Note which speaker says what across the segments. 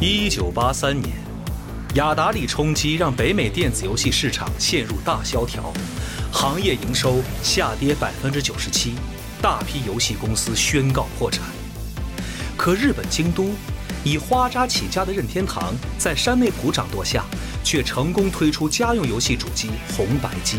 Speaker 1: 一九八三年，雅达利冲击让北美电子游戏市场陷入大萧条，行业营收下跌百分之九十七，大批游戏公司宣告破产。可日本京都，以花渣起家的任天堂在山内鼓掌舵下，却成功推出家用游戏主机红白机。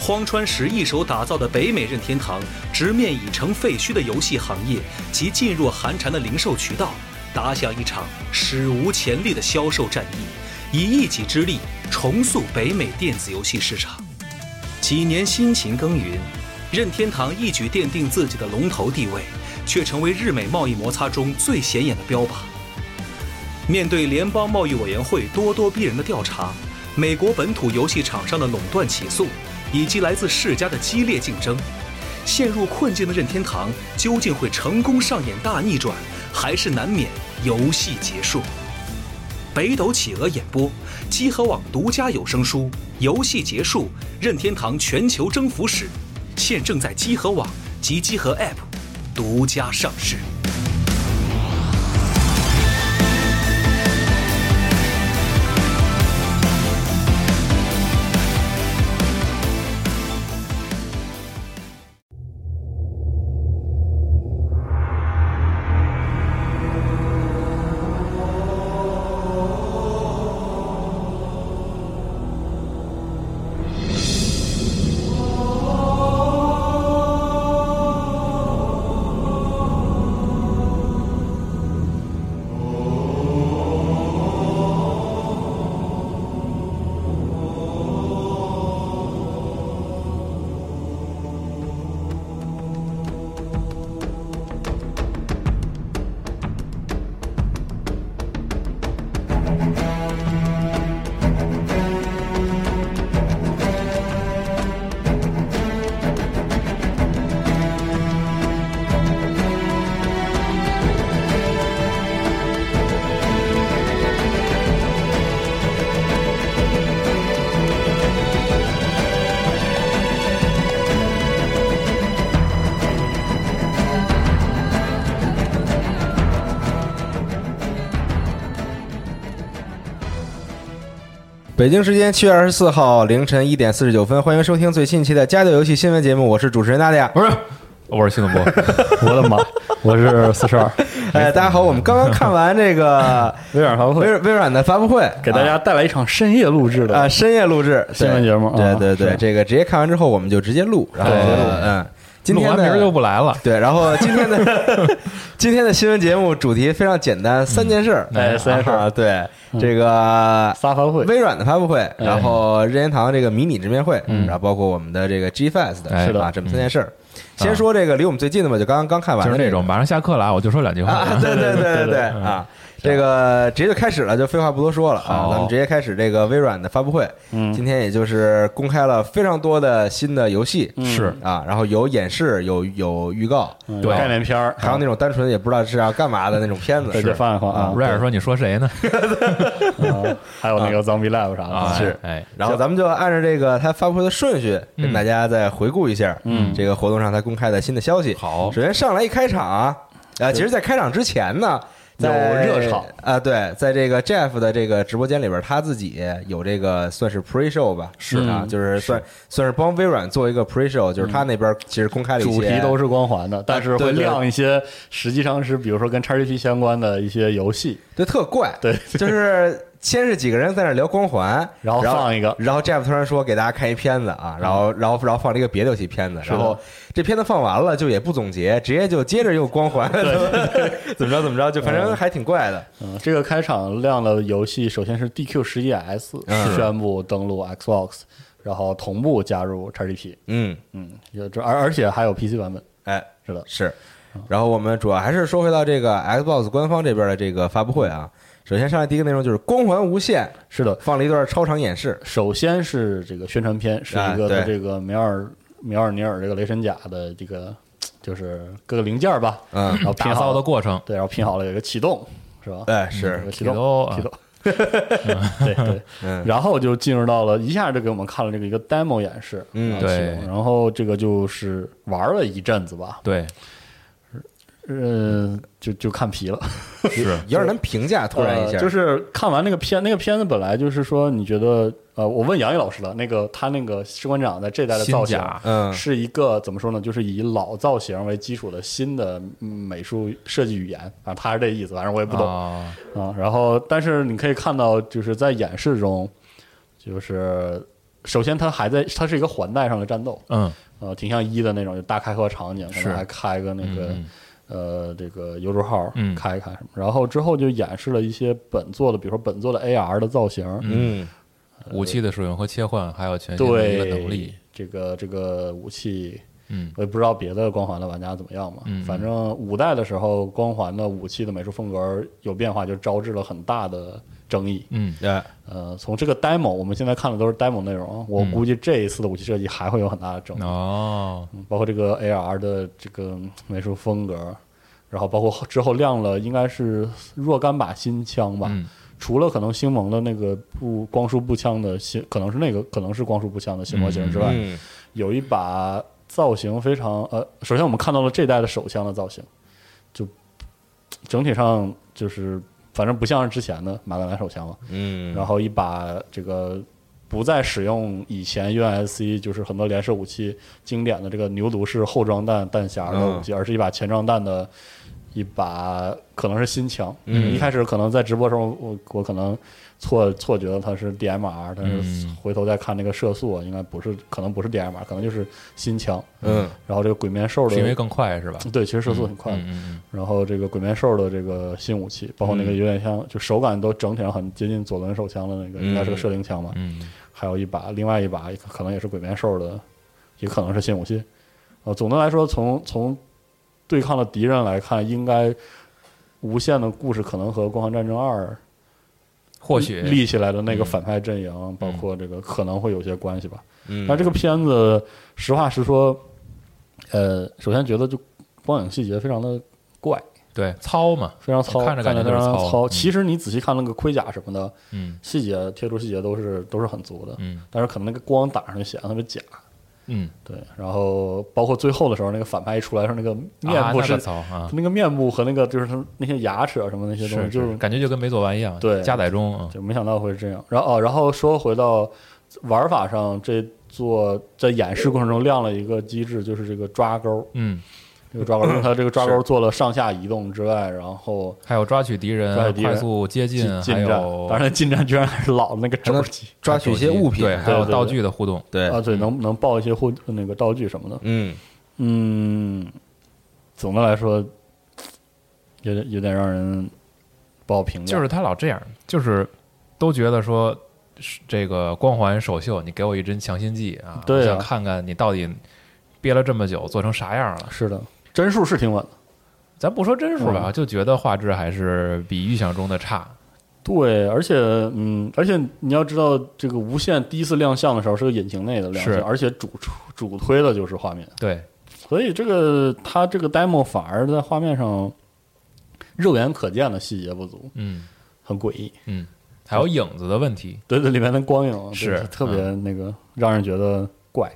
Speaker 1: 荒川石一手打造的北美任天堂，直面已成废墟的游戏行业及噤若寒蝉的零售渠道，打响一场史无前例的销售战役，以一己之力重塑北美电子游戏市场。几年辛勤耕耘，任天堂一举奠定自己的龙头地位，却成为日美贸易摩擦中最显眼的标靶。面对联邦贸易委员会咄咄逼人的调查，美国本土游戏厂商的垄断起诉，以及来自世家的激烈竞争，陷入困境的任天堂究竟会成功上演大逆转，还是难免游戏结束？北斗企鹅演播，积禾网独家有声书《游戏结束：任天堂全球征服史》，现正在积禾网及积禾 App 独家上市。
Speaker 2: 北京时间七月二十四号凌晨一点四十九分，欢迎收听最新一期的《家调游戏新闻节目》，我是主持人大家。
Speaker 3: 不是，我是新总播，
Speaker 4: 我的妈！我是四十二，
Speaker 2: 哎，大家好，我们刚刚看完这 个
Speaker 4: 微软发
Speaker 2: 微
Speaker 4: 布会
Speaker 2: 软微软的发布会，
Speaker 4: 给大家带来一场深夜录制
Speaker 2: 啊、
Speaker 4: 的，
Speaker 2: 啊深夜录制对
Speaker 4: 新闻节目
Speaker 2: 对
Speaker 4: 啊
Speaker 2: 对对，
Speaker 4: 是
Speaker 2: 这个直接看完之后我们就直接录，然后
Speaker 4: 对直接录
Speaker 2: 嗯，今
Speaker 3: 录
Speaker 2: 天
Speaker 3: 完明
Speaker 2: 呢
Speaker 3: 儿就不来了。
Speaker 2: 对，然后今天 的今天的新闻节目主题非常简单，三件事儿，
Speaker 4: 哎三件事儿嗯
Speaker 2: 啊，对这个
Speaker 4: 撒发布会，
Speaker 2: 微软的发布会，然后任天堂这个迷你直面会，然后包括我们的这个 G Fest
Speaker 3: 哎
Speaker 2: 是
Speaker 4: 是
Speaker 2: 吧？
Speaker 4: 的
Speaker 2: 这么三件事儿。先说这个离我们最近的吧，就刚刚刚看完
Speaker 3: 就
Speaker 2: 的
Speaker 3: 是
Speaker 2: 那
Speaker 3: 那
Speaker 2: 个
Speaker 3: 种马上下课了啊，我就说两句话。
Speaker 2: 啊，对对对对对啊，这个直接就开始了，就废话不多说了啊，
Speaker 3: 好
Speaker 2: 咱们直接开始这个微软的发布会。今天也就是公开了非常多的新的游戏
Speaker 3: 是
Speaker 2: 啊，然后有演示，有有预告，
Speaker 4: 嗯
Speaker 3: 对
Speaker 4: 概念片儿，
Speaker 2: 还有那种单纯也不知道是要干嘛的那种片子
Speaker 4: 对，。这放一放啊，
Speaker 3: 瑞尔说：“你说谁呢
Speaker 4: 啊还有那个 Zombie Lab？”啥
Speaker 3: 啊，
Speaker 4: 的，
Speaker 2: 是
Speaker 3: 哎，
Speaker 2: 然后咱们就按照这个它发布会的顺序，跟大家再回顾一下，嗯，这个活动上它公开的新的消息。
Speaker 3: 好
Speaker 2: 首先上来一开场啊，呃，其实，在开场之前呢，
Speaker 4: 有
Speaker 2: 在
Speaker 4: 热场
Speaker 2: 啊，对，在这个 Jeff 的这个直播间里边，他自己有这个算是 pre show 吧，是啊，就是算算是帮微软做一个 pre show，就是他那边其实公开了一些
Speaker 4: 嗯
Speaker 2: 啊
Speaker 4: 主题都是光环的，但是
Speaker 2: 对
Speaker 4: 会
Speaker 2: 对
Speaker 4: 亮一些，实际上是比如说跟 XGP 相关的一些游戏，
Speaker 2: 对特怪，
Speaker 4: 对，
Speaker 2: 就是先是几个人在那聊光环，
Speaker 4: 然后放一个嗯
Speaker 2: 然后 Jeff 突然说给大家看一片子啊，然后然后然后放了一个别的游戏片子，
Speaker 4: 的
Speaker 2: 然后这片子放完了就也不总结，直接就接着用光环， 怎么着怎么着，就反正还挺怪的。
Speaker 4: 嗯，这个开场亮了游戏，首先是 DQ 十一 S
Speaker 2: 嗯
Speaker 4: 宣布登陆 Xbox，然后同步加入 XGP，
Speaker 2: 嗯，
Speaker 4: 嗯，有这而而且还有 PC 版本，
Speaker 2: 哎，
Speaker 4: 是的，
Speaker 2: 是。然后我们主要还是说回到这个 Xbox 官方这边的这个发布会啊。首先上来第一个内容就是光环无限，
Speaker 4: 是的。
Speaker 2: 放了一段超长演示。
Speaker 4: 首先是这个宣传片，是一
Speaker 2: 啊
Speaker 4: 个
Speaker 2: 对
Speaker 4: 和这个梅尔梅尔尼尔这个雷神甲的这个就是各个零件吧，
Speaker 2: 嗯，
Speaker 4: 然后
Speaker 3: 体
Speaker 4: 拼
Speaker 3: 操
Speaker 4: 好
Speaker 3: 的
Speaker 4: 了，
Speaker 3: 过程，
Speaker 4: 对，然后拼好了有一个启动，是吧？
Speaker 2: 哎，
Speaker 4: 有
Speaker 2: 是
Speaker 4: 个，启
Speaker 3: 体斗
Speaker 4: 动，
Speaker 3: 啊
Speaker 4: 启动，对对。
Speaker 2: 嗯
Speaker 4: 然后就进入到了一下就给我们看了这个一个 demo 演示，啊
Speaker 2: 嗯
Speaker 4: 然后启动
Speaker 3: 对
Speaker 4: 然后这个就是玩了一阵子吧，
Speaker 3: 对，
Speaker 4: 呃，就就看皮了。
Speaker 3: 是
Speaker 2: 嗯有点难评价，突然一下，
Speaker 4: 呃就是看完那个片，那个片子本来就是说，你觉得呃，我问杨毅老师了，那个他那个士官长在这代的造
Speaker 3: 新
Speaker 4: 型
Speaker 3: 甲
Speaker 2: 嗯
Speaker 4: 是一个怎么说呢？就是以老造型为基础的新的嗯美术设计语言，反正他是这意思，反正我也不懂啊、
Speaker 3: 啊，
Speaker 4: 然后，但是你可以看到，就是在演示中，就是首先他还在，他是一个环带上的战斗，
Speaker 3: 嗯，
Speaker 4: 呃，挺像一的那种，就大开合场景，可
Speaker 3: 是
Speaker 4: 能还开个那个、
Speaker 3: 嗯
Speaker 4: 呃这个游轴号，
Speaker 3: 嗯
Speaker 4: 开一开什么，然后之后就演示了一些本作的，比如说本作的 AR 的造型，
Speaker 2: 嗯
Speaker 3: 武器的使用和切换，还有全新的一个
Speaker 4: 对
Speaker 3: 能力，
Speaker 4: 这个这个武器，
Speaker 3: 嗯
Speaker 4: 我也不知道别的光环的玩家怎么样嘛，
Speaker 3: 嗯
Speaker 4: 反正五代的时候，光环的武器的美术风格有变化，就招致了很大的争议。
Speaker 3: 嗯，
Speaker 2: 呃
Speaker 4: 呃，从这个 demo 我们现在看的都是 demo 内容啊，我
Speaker 3: 嗯
Speaker 4: 估计这一次的武器设计还会有很大的争议。
Speaker 3: 哦，
Speaker 4: 嗯包括这个 AR 的这个美术风格，然后包括后之后亮了应该是若干把新枪吧，
Speaker 3: 嗯
Speaker 4: 除了可能星盟的那个步光束步枪的新，可能是那个可能是光束步枪的新模型之外，
Speaker 2: 嗯
Speaker 4: 有一把造型非常呃，首先我们看到了这代的手枪的造型，就整体上就是反正不像是之前的马格兰手枪了，
Speaker 2: 嗯，
Speaker 4: 然后一把这个不再使用以前 UNSC 就是很多连射武器经典的这个牛犊式后装弹弹匣的武器，
Speaker 3: 嗯
Speaker 4: 而是一把前装弹的一把可能是新枪。
Speaker 2: 嗯
Speaker 4: 一开始可能在直播时候，我我可能错错觉得它是 DMR，但是
Speaker 3: 嗯
Speaker 4: 回头再看那个射速，啊应该不是，可能不是 DMR，可能就是新枪。
Speaker 2: 嗯
Speaker 4: 然后这个鬼面兽
Speaker 3: 是因为
Speaker 4: 的。
Speaker 3: 更快是吧？
Speaker 4: 对，其实射速很快的，
Speaker 3: 嗯嗯
Speaker 4: 然后这个鬼面兽的这个新武器，包括那个有点像，就手感都整体上很接近左轮手枪的那个，
Speaker 2: 嗯
Speaker 4: 应该是个射钉枪吧。
Speaker 3: 嗯嗯，
Speaker 4: 还有一把，另外一把可能也是鬼面兽的，也可能是新武器。呃，总的来说，从从对抗的敌人来看，应该无限的故事可能和《光环战争二》
Speaker 3: 或许嗯
Speaker 4: 立起来的那个反派阵营，包括这个可能会有些关系吧。
Speaker 2: 嗯，
Speaker 4: 但这个片子，实话实说，呃，首先觉得就光影细节非常的怪。
Speaker 3: 对糙嘛，
Speaker 4: 非常糙，
Speaker 3: 看着感觉
Speaker 4: 非
Speaker 3: 就是
Speaker 4: 常
Speaker 3: 糙嗯
Speaker 4: 其实你仔细看那个盔甲什么的，
Speaker 3: 嗯
Speaker 4: 细节贴出细节都是都是很足的，
Speaker 3: 嗯
Speaker 4: 但是可能那个光打上去显得特别假。
Speaker 3: 嗯，
Speaker 4: 对，然后包括最后的时候，那个反派一出来的时候，那个面
Speaker 3: 啊
Speaker 4: 部
Speaker 3: 那
Speaker 4: 是、
Speaker 3: 个糙啊，
Speaker 4: 那个面部和那个就是他那些牙齿啊什么那些东西，
Speaker 3: 是
Speaker 4: 就是
Speaker 3: 感觉就跟没做完一样，
Speaker 4: 对
Speaker 3: 加载中，嗯
Speaker 4: 就没想到会是这样。然后哦，然后说回到玩法上，这座在演示过程中亮了一个机制，就是这个抓钩，
Speaker 3: 嗯，
Speaker 4: 这个抓 钩，因为它这个抓钩做了上下移动之外，然后
Speaker 3: 还有抓取敌
Speaker 4: 抓
Speaker 3: 人、
Speaker 4: 取敌人
Speaker 3: 快速接近，
Speaker 4: 近
Speaker 3: 还
Speaker 4: 近战，
Speaker 3: 有
Speaker 4: 当然近战居然还是老的那个
Speaker 2: 还
Speaker 4: 肘
Speaker 2: 能
Speaker 4: 击。
Speaker 2: 抓取一些物品
Speaker 3: 对，，还有
Speaker 4: 对对
Speaker 3: 道具的互动，
Speaker 2: 对
Speaker 4: 啊，对，能能报一些护那个道具什么的。
Speaker 2: 嗯
Speaker 4: 嗯，总的来说，有点有点让人不好评价。
Speaker 3: 就是他老这样，就是都觉得说是这个光环首秀，你给我一针强心剂啊，
Speaker 4: 对啊
Speaker 3: 我想看看你到底憋了这么久做成啥样了。
Speaker 4: 是的，帧数是挺稳的。
Speaker 3: 咱不说帧数吧，
Speaker 4: 嗯
Speaker 3: 就觉得画质还是比预想中的差。
Speaker 4: 对，而且嗯，而且你要知道，这个无线第一次亮相的时候是个引擎内的亮
Speaker 3: 是
Speaker 4: 相，而且主出主推的就是画面，
Speaker 3: 对，
Speaker 4: 所以这个它这个 demo 反而在画面上肉眼可见的细节不足，
Speaker 3: 嗯
Speaker 4: 很诡异。
Speaker 3: 嗯，还有影子的问题，
Speaker 4: 对对，里面的光影对
Speaker 3: 是嗯
Speaker 4: 特别那个，让人觉得怪。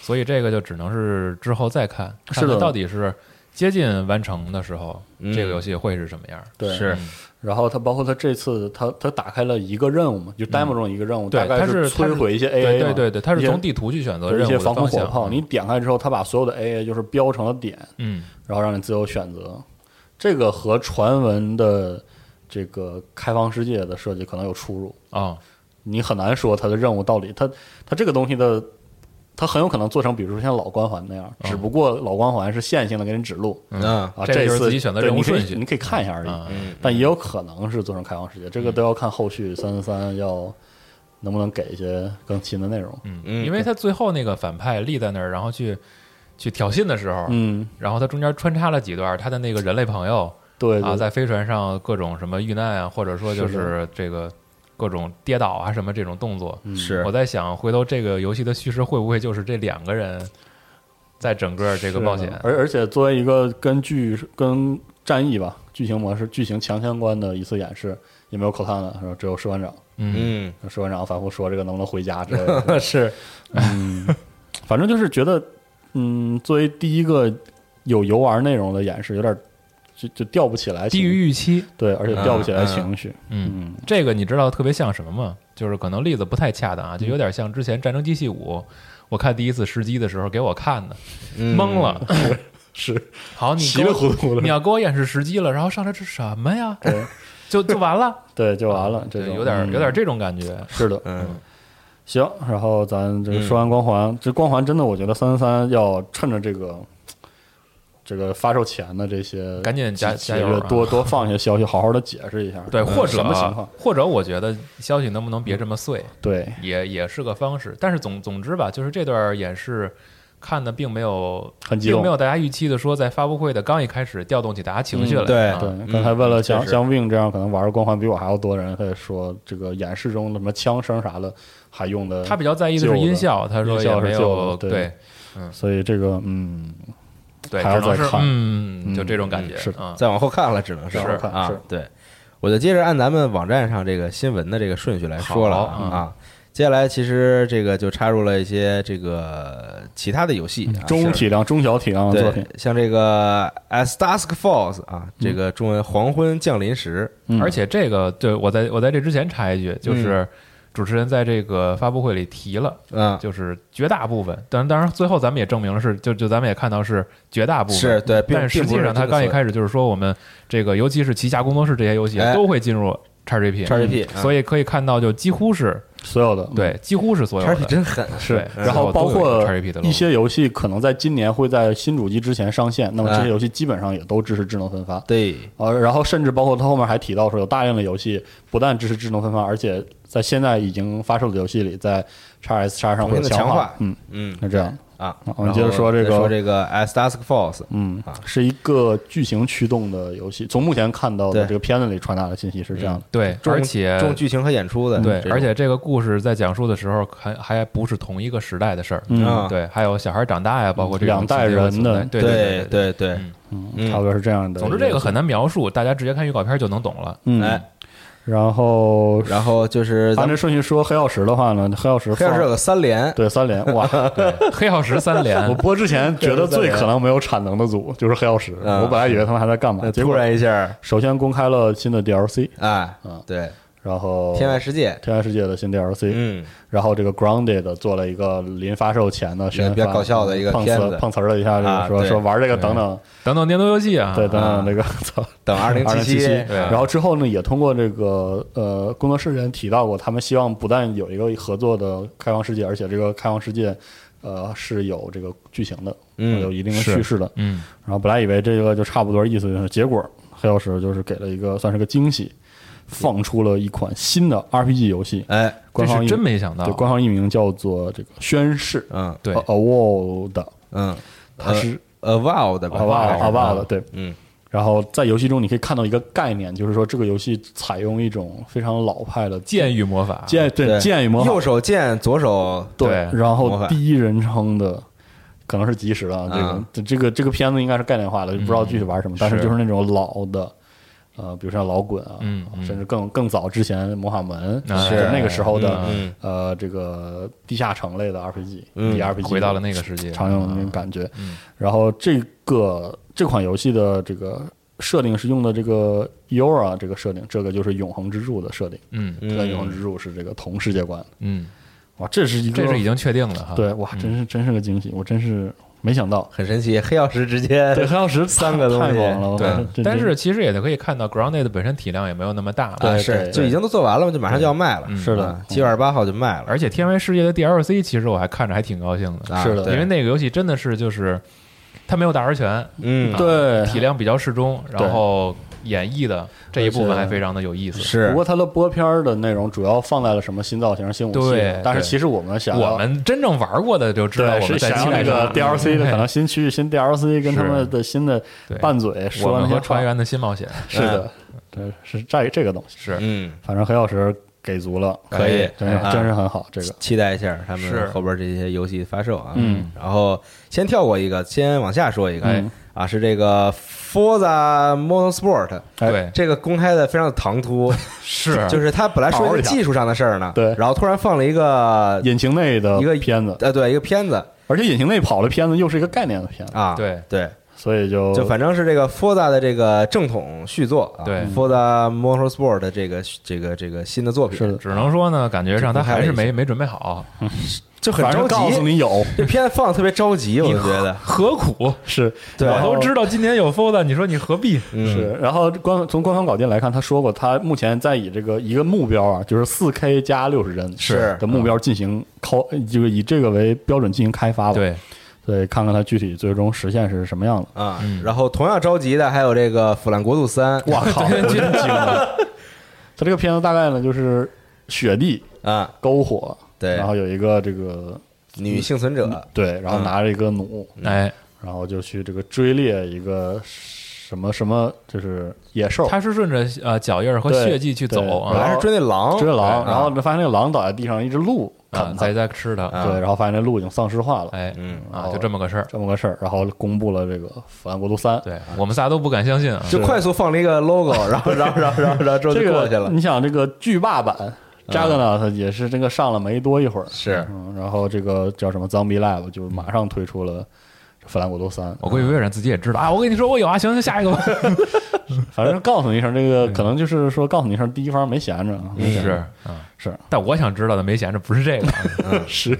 Speaker 3: 所以这个就只能是之后再看，
Speaker 4: 是
Speaker 3: 看
Speaker 4: 的
Speaker 3: 它到底是接近完成的时候，
Speaker 2: 嗯
Speaker 3: 这个游戏会是什么样？
Speaker 4: 对，
Speaker 2: 是
Speaker 4: 然后他包括他这次他他打开了一个任务嘛，就 demo 中一个任务，
Speaker 3: 嗯对
Speaker 4: 大概
Speaker 3: 它是它是
Speaker 4: 摧毁一些 AA，
Speaker 3: 对
Speaker 4: 嘛
Speaker 3: 对对对，它是
Speaker 4: 一些
Speaker 3: 从地图去选择
Speaker 4: 哎一
Speaker 3: 任务
Speaker 4: 些
Speaker 3: 的
Speaker 4: 防空
Speaker 3: 方
Speaker 4: 火
Speaker 3: 向
Speaker 4: 炮，你点开之后，他把所有的 AA 就是标成了点，
Speaker 3: 嗯
Speaker 4: 然后让你自由选择。这个和传闻的这个开放世界的设计可能有出入，
Speaker 3: 啊
Speaker 4: 你很难说它的任务到底它它这个东西的。它很有可能做成，比如说像老光环那样，
Speaker 3: 嗯
Speaker 4: 只不过老光环是线性的给你指路
Speaker 2: 嗯
Speaker 4: 啊。
Speaker 3: 这个就是
Speaker 4: 次
Speaker 3: 自己选择任务
Speaker 4: 对你可以
Speaker 3: 顺序
Speaker 4: 你可以看一下而已。
Speaker 3: 啊
Speaker 2: 嗯
Speaker 4: 但也有可能是做成开放世界，这个
Speaker 3: 嗯
Speaker 4: 都要看后续三三三要能不能给一些更新的内容。
Speaker 3: 嗯，因为他最后那个反派立在那儿，然后去去挑衅的时候，
Speaker 4: 嗯，
Speaker 3: 然后他中间穿插了几段他的那个人类朋友
Speaker 4: 对
Speaker 3: 啊，
Speaker 4: 对
Speaker 3: 在飞船上各种什么遇难啊，或者说就是是这个各种跌倒啊什么这种动作。
Speaker 4: 嗯
Speaker 2: 是
Speaker 3: 我在想，回头这个游戏的叙事会不会就是这两个人在整个这个冒险
Speaker 4: 是的？啊而而且作为一个跟剧跟战役吧剧情模式、剧情强相关的一次演示，也没有口探了，然后只有士官长，
Speaker 3: 嗯，
Speaker 2: 嗯
Speaker 4: 士官长反复说这个能不能回家之类 的。
Speaker 2: 是
Speaker 4: 嗯，反正就是觉得，嗯，作为第一个有游玩内容的演示有点就就吊不起来情，
Speaker 3: 低于预期。
Speaker 4: 对，而且吊不起来
Speaker 2: 嗯嗯
Speaker 4: 情绪。
Speaker 3: 嗯，
Speaker 4: 嗯
Speaker 3: 这个你知道特别像什么吗？就是可能例子不太恰
Speaker 4: 嗯
Speaker 3: 当啊，就有点像之前《战争机器五》，我看第一次试机的时候给我看的，
Speaker 4: 嗯
Speaker 2: 嗯
Speaker 3: 懵了。
Speaker 4: 是
Speaker 3: 好，你
Speaker 4: 稀
Speaker 3: 给
Speaker 4: 里
Speaker 3: 我
Speaker 4: 糊涂
Speaker 3: 你
Speaker 4: 的，
Speaker 3: 要给我演示时机了，然后上来这什么呀？
Speaker 4: 对
Speaker 3: 就就完了，
Speaker 4: 对，就完了。这
Speaker 3: 对
Speaker 4: 种
Speaker 3: 有点
Speaker 4: 嗯
Speaker 3: 有点这种感觉。
Speaker 4: 是的，
Speaker 2: 嗯
Speaker 4: 行，然后咱这个
Speaker 3: 嗯
Speaker 4: 说完光环，这光环真的，我觉得三三三要趁着这个这个发售前的这些
Speaker 3: 赶紧加
Speaker 4: 几
Speaker 3: 加油
Speaker 4: 几
Speaker 3: 啊
Speaker 4: 个月多多放一些消息，好好的解释一下，
Speaker 3: 对，
Speaker 4: 嗯
Speaker 3: 或者
Speaker 4: 什么情况？
Speaker 3: 或者我觉得消息能不能别这么碎，
Speaker 4: 对，
Speaker 3: 也也是个方式。但是总总之吧，就是这段演示看的并没有，
Speaker 4: 很激
Speaker 3: 并
Speaker 4: 动
Speaker 3: 没。有大家预期的说在发布会的刚一开始调动起大家情绪来。
Speaker 4: 嗯
Speaker 2: 对
Speaker 3: 啊
Speaker 4: 对，刚才为了像
Speaker 2: 确实
Speaker 4: 像 Win 这样可能玩光环比我还要多的人，他也说这个演示中的什么枪声啥的还用的，
Speaker 3: 他比较在意的是音效，他说
Speaker 4: 音效
Speaker 3: 也
Speaker 4: 是
Speaker 3: 没
Speaker 4: 旧
Speaker 3: 有
Speaker 4: 的对
Speaker 3: 对
Speaker 4: 所以这个嗯，
Speaker 3: 对，
Speaker 4: 还要
Speaker 3: 只能
Speaker 4: 再
Speaker 3: 是
Speaker 4: 看
Speaker 3: 嗯，
Speaker 4: 嗯
Speaker 3: 就这种感觉
Speaker 4: 嗯是的
Speaker 3: 啊。
Speaker 2: 再往后看了，只能是
Speaker 4: 是
Speaker 2: 啊
Speaker 4: 是，
Speaker 2: 对，我就接着按咱们网站上这个新闻的这个顺序来说了
Speaker 3: 好嗯
Speaker 2: 啊。接下来其实这个就插入了一些这个其他的游戏
Speaker 3: 嗯
Speaker 2: 啊，
Speaker 4: 中体量、中小体量的作
Speaker 2: 对
Speaker 4: 品，，
Speaker 2: 像这个《As Dusk Falls》啊，这个中文《黄昏降临时
Speaker 4: 嗯
Speaker 3: 而且这个对我在我在这之前插一句，就是主持人在这个发布会里提了，》
Speaker 2: 啊，
Speaker 3: 就是绝大部分，当然当然最后咱们也证明了是，就就咱们也看到是绝大部分
Speaker 2: 是对并
Speaker 3: 但实际
Speaker 2: 并不
Speaker 3: 上
Speaker 2: 是
Speaker 3: 他刚一
Speaker 2: 这个
Speaker 3: 开始就是说我们这个尤其是旗下工作室这些游戏
Speaker 2: 哎
Speaker 3: 都会进入 XGP。
Speaker 2: XGP，
Speaker 3: 嗯
Speaker 4: 嗯
Speaker 3: 所以可以看到，就几乎是
Speaker 4: 所有的，嗯
Speaker 3: 对，几乎是所有
Speaker 2: XGP
Speaker 3: 的，
Speaker 2: 真狠，啊
Speaker 4: 是
Speaker 3: 对，
Speaker 4: 然
Speaker 3: 所
Speaker 4: 后包
Speaker 3: 有都有
Speaker 4: 括
Speaker 3: XGP 的
Speaker 4: 一
Speaker 3: logo
Speaker 4: 些游戏可能在今年会在新主机之前上线，那么这
Speaker 2: 哎
Speaker 4: 些游戏基本上也都支持智能分发。
Speaker 2: 对，
Speaker 4: 呃，然后甚至包括他后面还提到说，有大量的游戏不但支持智能分发，而且在现在已经发售的游戏里，在 x S x 上会
Speaker 2: 重新
Speaker 4: 有
Speaker 2: 的强
Speaker 4: 化。
Speaker 2: 化
Speaker 4: 嗯，
Speaker 2: 嗯
Speaker 4: 那这样，
Speaker 2: 啊，
Speaker 4: 我哦们接着说
Speaker 2: 然后
Speaker 4: 这个
Speaker 2: 再说这个《As Dusk Falls》，
Speaker 4: 嗯
Speaker 2: 啊，
Speaker 4: 是一个剧情驱动的游戏。从目前看到的
Speaker 2: 对
Speaker 4: 这个片子里传达的信息是这样的。
Speaker 3: 对，
Speaker 2: 重
Speaker 3: 而且
Speaker 2: 重剧情和演出的，
Speaker 3: 对
Speaker 2: 嗯这，种
Speaker 3: 而且这个故事在讲述的时候还还不是同一个时代的事儿，
Speaker 2: 啊，
Speaker 3: 对，还有小孩长大呀，包括这种
Speaker 4: 嗯两代人的
Speaker 3: 集体存在对
Speaker 2: 对
Speaker 3: 对对。
Speaker 2: 对对，
Speaker 4: 嗯，差不多是这样的。
Speaker 3: 总之，这个很，难描述，大家直接看预告片就能懂 了。
Speaker 4: 嗯，
Speaker 2: 哎，
Speaker 4: 然后
Speaker 2: 然后就是咱
Speaker 4: 按
Speaker 2: 们
Speaker 4: 这顺序说，黑曜石的话呢，黑曜石
Speaker 2: 黑曜石有
Speaker 4: 放
Speaker 2: 个三连，
Speaker 4: 对三连哇，
Speaker 3: 对，黑曜石三连
Speaker 4: 我，播之前觉得最可能没有产能的组就是黑曜石，
Speaker 2: 嗯
Speaker 4: 我本来以为他们还在干嘛，
Speaker 2: 呃
Speaker 4: 结
Speaker 2: 突
Speaker 4: 果
Speaker 2: 然一下，
Speaker 4: 首先公开了新的 DLC，
Speaker 2: 哎
Speaker 4: 嗯，
Speaker 2: 对，
Speaker 4: 然后
Speaker 2: 天外世界，
Speaker 4: 天外世界的新 DLC，、
Speaker 2: 嗯，
Speaker 4: 然后这个 Grounded 做了一个临发售前的宣
Speaker 2: 也
Speaker 4: 发，
Speaker 2: 比较搞笑的一个
Speaker 4: 碰
Speaker 2: 片子
Speaker 4: 瓷碰瓷儿了一下，就是
Speaker 2: 啊
Speaker 4: 说、
Speaker 2: 对
Speaker 4: 说玩这个等等，
Speaker 3: 等等年度游戏啊，
Speaker 4: 对等 等那个操。
Speaker 2: 等二零
Speaker 4: 二零
Speaker 2: 七
Speaker 4: 七
Speaker 2: 七，
Speaker 3: 对
Speaker 4: 然后之后呢，也通过这个呃工作室人提到过，他们希望不但有一个合作的开放世界，而且这个开放世界呃是有这个剧情的，
Speaker 2: 嗯
Speaker 4: 有一定的
Speaker 3: 是
Speaker 4: 叙事的，
Speaker 3: 嗯，
Speaker 4: 然后本来以为这个就差不多意思，就是结果黑曜石就是给了一个算是个惊喜，放出了一款新的 RPG 游戏，
Speaker 2: 哎，
Speaker 4: 官
Speaker 3: 这
Speaker 4: 方
Speaker 3: 是
Speaker 4: 译
Speaker 3: 真没想到
Speaker 4: 对，官方译哦名叫做这个《宣誓
Speaker 2: 嗯》
Speaker 3: 对
Speaker 4: A-，Award，
Speaker 2: 嗯，
Speaker 4: 它是
Speaker 2: a v o w 的吧
Speaker 4: Award Award 对。
Speaker 2: 嗯
Speaker 4: 然后在游戏中你可以看到一个概念，就是说这个游戏采用一种非常老派的
Speaker 3: 剑与魔法，
Speaker 4: 剑对
Speaker 2: 对，
Speaker 4: 剑与魔
Speaker 2: 右
Speaker 4: 法
Speaker 2: 手剑，左手
Speaker 4: 对，
Speaker 3: 对
Speaker 4: 然
Speaker 2: 魔
Speaker 4: 后
Speaker 2: 法
Speaker 4: 第一人称的。可能是即时啊了，这个
Speaker 2: 嗯
Speaker 4: 这这个这个片子应该是概念化的，就不知道具体玩什么，但是
Speaker 3: 嗯是
Speaker 4: 就是那种老的，呃，比如像老滚啊，
Speaker 3: 嗯嗯
Speaker 4: 甚至更更早之前的魔法门，
Speaker 3: 啊
Speaker 4: 就是那个时候的、
Speaker 2: 嗯
Speaker 4: 呃这个地下城类的 RPG，
Speaker 2: 嗯
Speaker 4: D r p g
Speaker 3: 回到了那个世界，
Speaker 4: 常用的那种感觉。
Speaker 3: 嗯
Speaker 4: 然后这个这款游戏的这个设定是用的这个 Eura 这个设定，这个就是永恒之柱的设定，
Speaker 3: 嗯
Speaker 4: 这个永恒之柱是这个同世界观，
Speaker 3: 嗯，
Speaker 4: 哇，这是一个
Speaker 3: 这是已经确定了哈。嗯
Speaker 4: 对，哇，真是真是个惊喜，我真是没 想到。
Speaker 2: 很神奇，黑曜石直接
Speaker 4: 对，黑曜石
Speaker 2: 三个东西
Speaker 4: 太猛了，我
Speaker 3: 对
Speaker 4: 这
Speaker 3: 但
Speaker 4: 这
Speaker 3: 是其实也可以看到 Grounded 本身体量也没有那么大嘛，
Speaker 2: 啊
Speaker 4: 对
Speaker 2: 是
Speaker 4: 对
Speaker 2: 就已经都做完了嘛，就马上就要卖了，
Speaker 3: 嗯
Speaker 4: 是的
Speaker 2: 啊，七月二十八号就卖了，
Speaker 3: 而且天外世界的 DLC 其实我还看着还挺高兴的，
Speaker 2: 啊
Speaker 4: 是的
Speaker 2: 对
Speaker 3: 因为那个游戏真的是就是它没有大而全，
Speaker 2: 嗯
Speaker 3: 啊
Speaker 4: 对
Speaker 3: 体量比较适中，
Speaker 4: 对
Speaker 3: 然后演绎的这一部分还非常的有意思。
Speaker 2: 是
Speaker 4: 不过它的播片儿的内容主要放在了什么新造型、新武器
Speaker 3: 对，
Speaker 4: 但是
Speaker 3: 对
Speaker 4: 其实我们想要
Speaker 3: 我们真正玩过的就知道
Speaker 4: 对
Speaker 3: 我
Speaker 4: 是
Speaker 3: 们在
Speaker 4: 想
Speaker 3: 期
Speaker 4: 要那
Speaker 3: 待什
Speaker 4: 个
Speaker 3: 么。
Speaker 4: DLC 的
Speaker 3: 对
Speaker 4: 可能新区域、新 DLC 跟他们的新的
Speaker 3: 对
Speaker 4: 拌嘴
Speaker 3: 我
Speaker 4: 说那
Speaker 3: 们
Speaker 4: 些
Speaker 3: 和
Speaker 4: 话
Speaker 3: 船员的新冒险
Speaker 4: 是的， 对，是这这个东西。
Speaker 3: 是
Speaker 2: 嗯，
Speaker 4: 反正黑曜石给足了，
Speaker 2: 可以
Speaker 3: 哎
Speaker 4: 真是
Speaker 2: 哎
Speaker 4: 真是很好。这个
Speaker 2: 期待一下他
Speaker 3: 是
Speaker 2: 们后边这些游戏发售啊。
Speaker 4: 嗯，
Speaker 2: 然后先跳过一个，先往下说一个、
Speaker 4: 嗯
Speaker 2: 啊，是这个 Forza Motorsport，
Speaker 4: 哎
Speaker 3: 对
Speaker 2: 这个公开的非常的唐突，
Speaker 3: 是
Speaker 2: 就是他本来说一个技术上的事儿呢，
Speaker 4: 对
Speaker 2: 然后突然放了一个
Speaker 4: 引擎内的
Speaker 2: 一个
Speaker 4: 片子，
Speaker 2: 呃对一个片子
Speaker 4: 而且引擎内跑的片子又是一个概念的片子，
Speaker 2: 啊，
Speaker 3: 对
Speaker 2: 对，
Speaker 4: 所以就
Speaker 2: 就反正是这个 Forza 的这个正统续作啊，
Speaker 3: 对
Speaker 2: ，Forza Motorsport 的这个这个这个新的作品，
Speaker 4: 是的
Speaker 3: 只能说呢，感觉上他还是
Speaker 2: 这
Speaker 3: 没没准备好，
Speaker 2: 就很
Speaker 4: 反正告
Speaker 2: 着
Speaker 4: 诉
Speaker 2: 急。
Speaker 4: 你有
Speaker 2: 这片子放得特别着急，我就觉得，
Speaker 3: 何苦？
Speaker 4: 是，
Speaker 2: 对
Speaker 3: 我都知道今年有 Fold，你说你何必？
Speaker 2: 嗯
Speaker 4: 是，然后官从官方稿件来看，他说过他目前在以这个一个目标啊，就是四 K 加六十帧
Speaker 2: 是
Speaker 4: 的目标进行开，就是以这个为标准进行开发吧。，
Speaker 3: 对，
Speaker 4: 所以看看它具体最终实现是什么样的。
Speaker 2: 啊
Speaker 3: 嗯，
Speaker 2: 然后同样着急的还有这个《腐烂国度三》
Speaker 4: 哇靠！我真惊了。 他这个片子大概呢就是雪地、
Speaker 2: 啊，
Speaker 4: 篝火，
Speaker 2: 对呃
Speaker 4: 然后有一个这个嗯
Speaker 2: 女幸存者，
Speaker 4: 对，然后拿着一个弩，
Speaker 3: 哎，
Speaker 4: 然后就去这个追猎一个什么什么，就是野兽。
Speaker 3: 他是顺着呃脚印儿和
Speaker 4: 对
Speaker 3: 血迹去走
Speaker 2: 我
Speaker 3: 啊，
Speaker 2: 还是追那狼，
Speaker 4: 追狼，
Speaker 2: 对
Speaker 4: 然后发现那个狼倒在地上，一只鹿
Speaker 3: 啊
Speaker 4: 啃它
Speaker 3: 在，在吃它，
Speaker 2: 啊
Speaker 4: 对，然后发现那鹿已经丧尸化了，
Speaker 3: 哎，
Speaker 2: 嗯
Speaker 4: 哦
Speaker 3: 啊，就这么个事儿。
Speaker 4: 这么个事儿，然后公布了这个《腐烂国度三》。
Speaker 3: 对我们仨都不敢相信啊，
Speaker 2: 就快速放了一个 logo，然 后然后然后然后然后之后
Speaker 4: 这
Speaker 2: 就过去
Speaker 4: 个
Speaker 2: 了，
Speaker 4: 你想，这个巨霸版 Juggernaut 也是这个上了没多一会儿，
Speaker 2: 是
Speaker 4: 嗯，然后这个叫什么 Zombie Lab 就马上推出了。《腐烂国度三
Speaker 3: 我估计微软自己也知道啊。我跟你说，我有啊，行行，下一个吧。》，
Speaker 4: 反正告诉你一声，这个可能就是说告诉你一声，第一方没闲着，没闲
Speaker 3: 是
Speaker 4: 着
Speaker 3: 啊，
Speaker 4: 嗯是
Speaker 3: 但我想知道的没闲着不是这个啊，
Speaker 4: 是，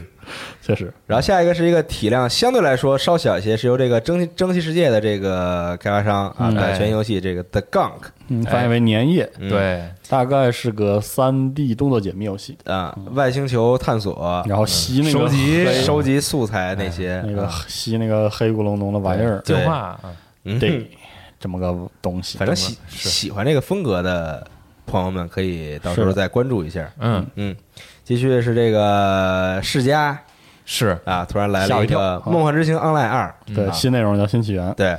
Speaker 4: 确实
Speaker 2: 然后下一个是一个体量相对来说稍小一些，是由这个蒸汽蒸汽世界的这个开发商啊
Speaker 4: 嗯
Speaker 2: 版权游戏这个 The Gunk
Speaker 4: 嗯翻译为粘液，
Speaker 2: 嗯
Speaker 3: 对，
Speaker 4: 大概是个三 D 动作解密游戏，
Speaker 2: 啊，外星球探索，
Speaker 4: 然后吸嗯那个
Speaker 3: 收集
Speaker 4: 黑哎
Speaker 2: 收集素材那些
Speaker 4: 那个
Speaker 2: 啊
Speaker 4: 吸那个黑咕隆咚的玩意儿，
Speaker 2: 对
Speaker 3: 净化啊，
Speaker 2: 嗯
Speaker 4: 对，这么个东西。
Speaker 2: 反正喜
Speaker 3: 是
Speaker 2: 喜欢这个风格的朋友们可以到时候
Speaker 4: 是
Speaker 2: 再关注一下。
Speaker 3: 嗯，
Speaker 2: 嗯，继续是这个世嘉
Speaker 3: 是
Speaker 2: 啊，突然来
Speaker 3: 吓
Speaker 2: 了
Speaker 3: 我
Speaker 2: 一
Speaker 3: 一跳
Speaker 2: 个《梦幻之星 Online 二》，
Speaker 4: 对
Speaker 2: 啊
Speaker 4: 新内容叫新起源，
Speaker 2: 对，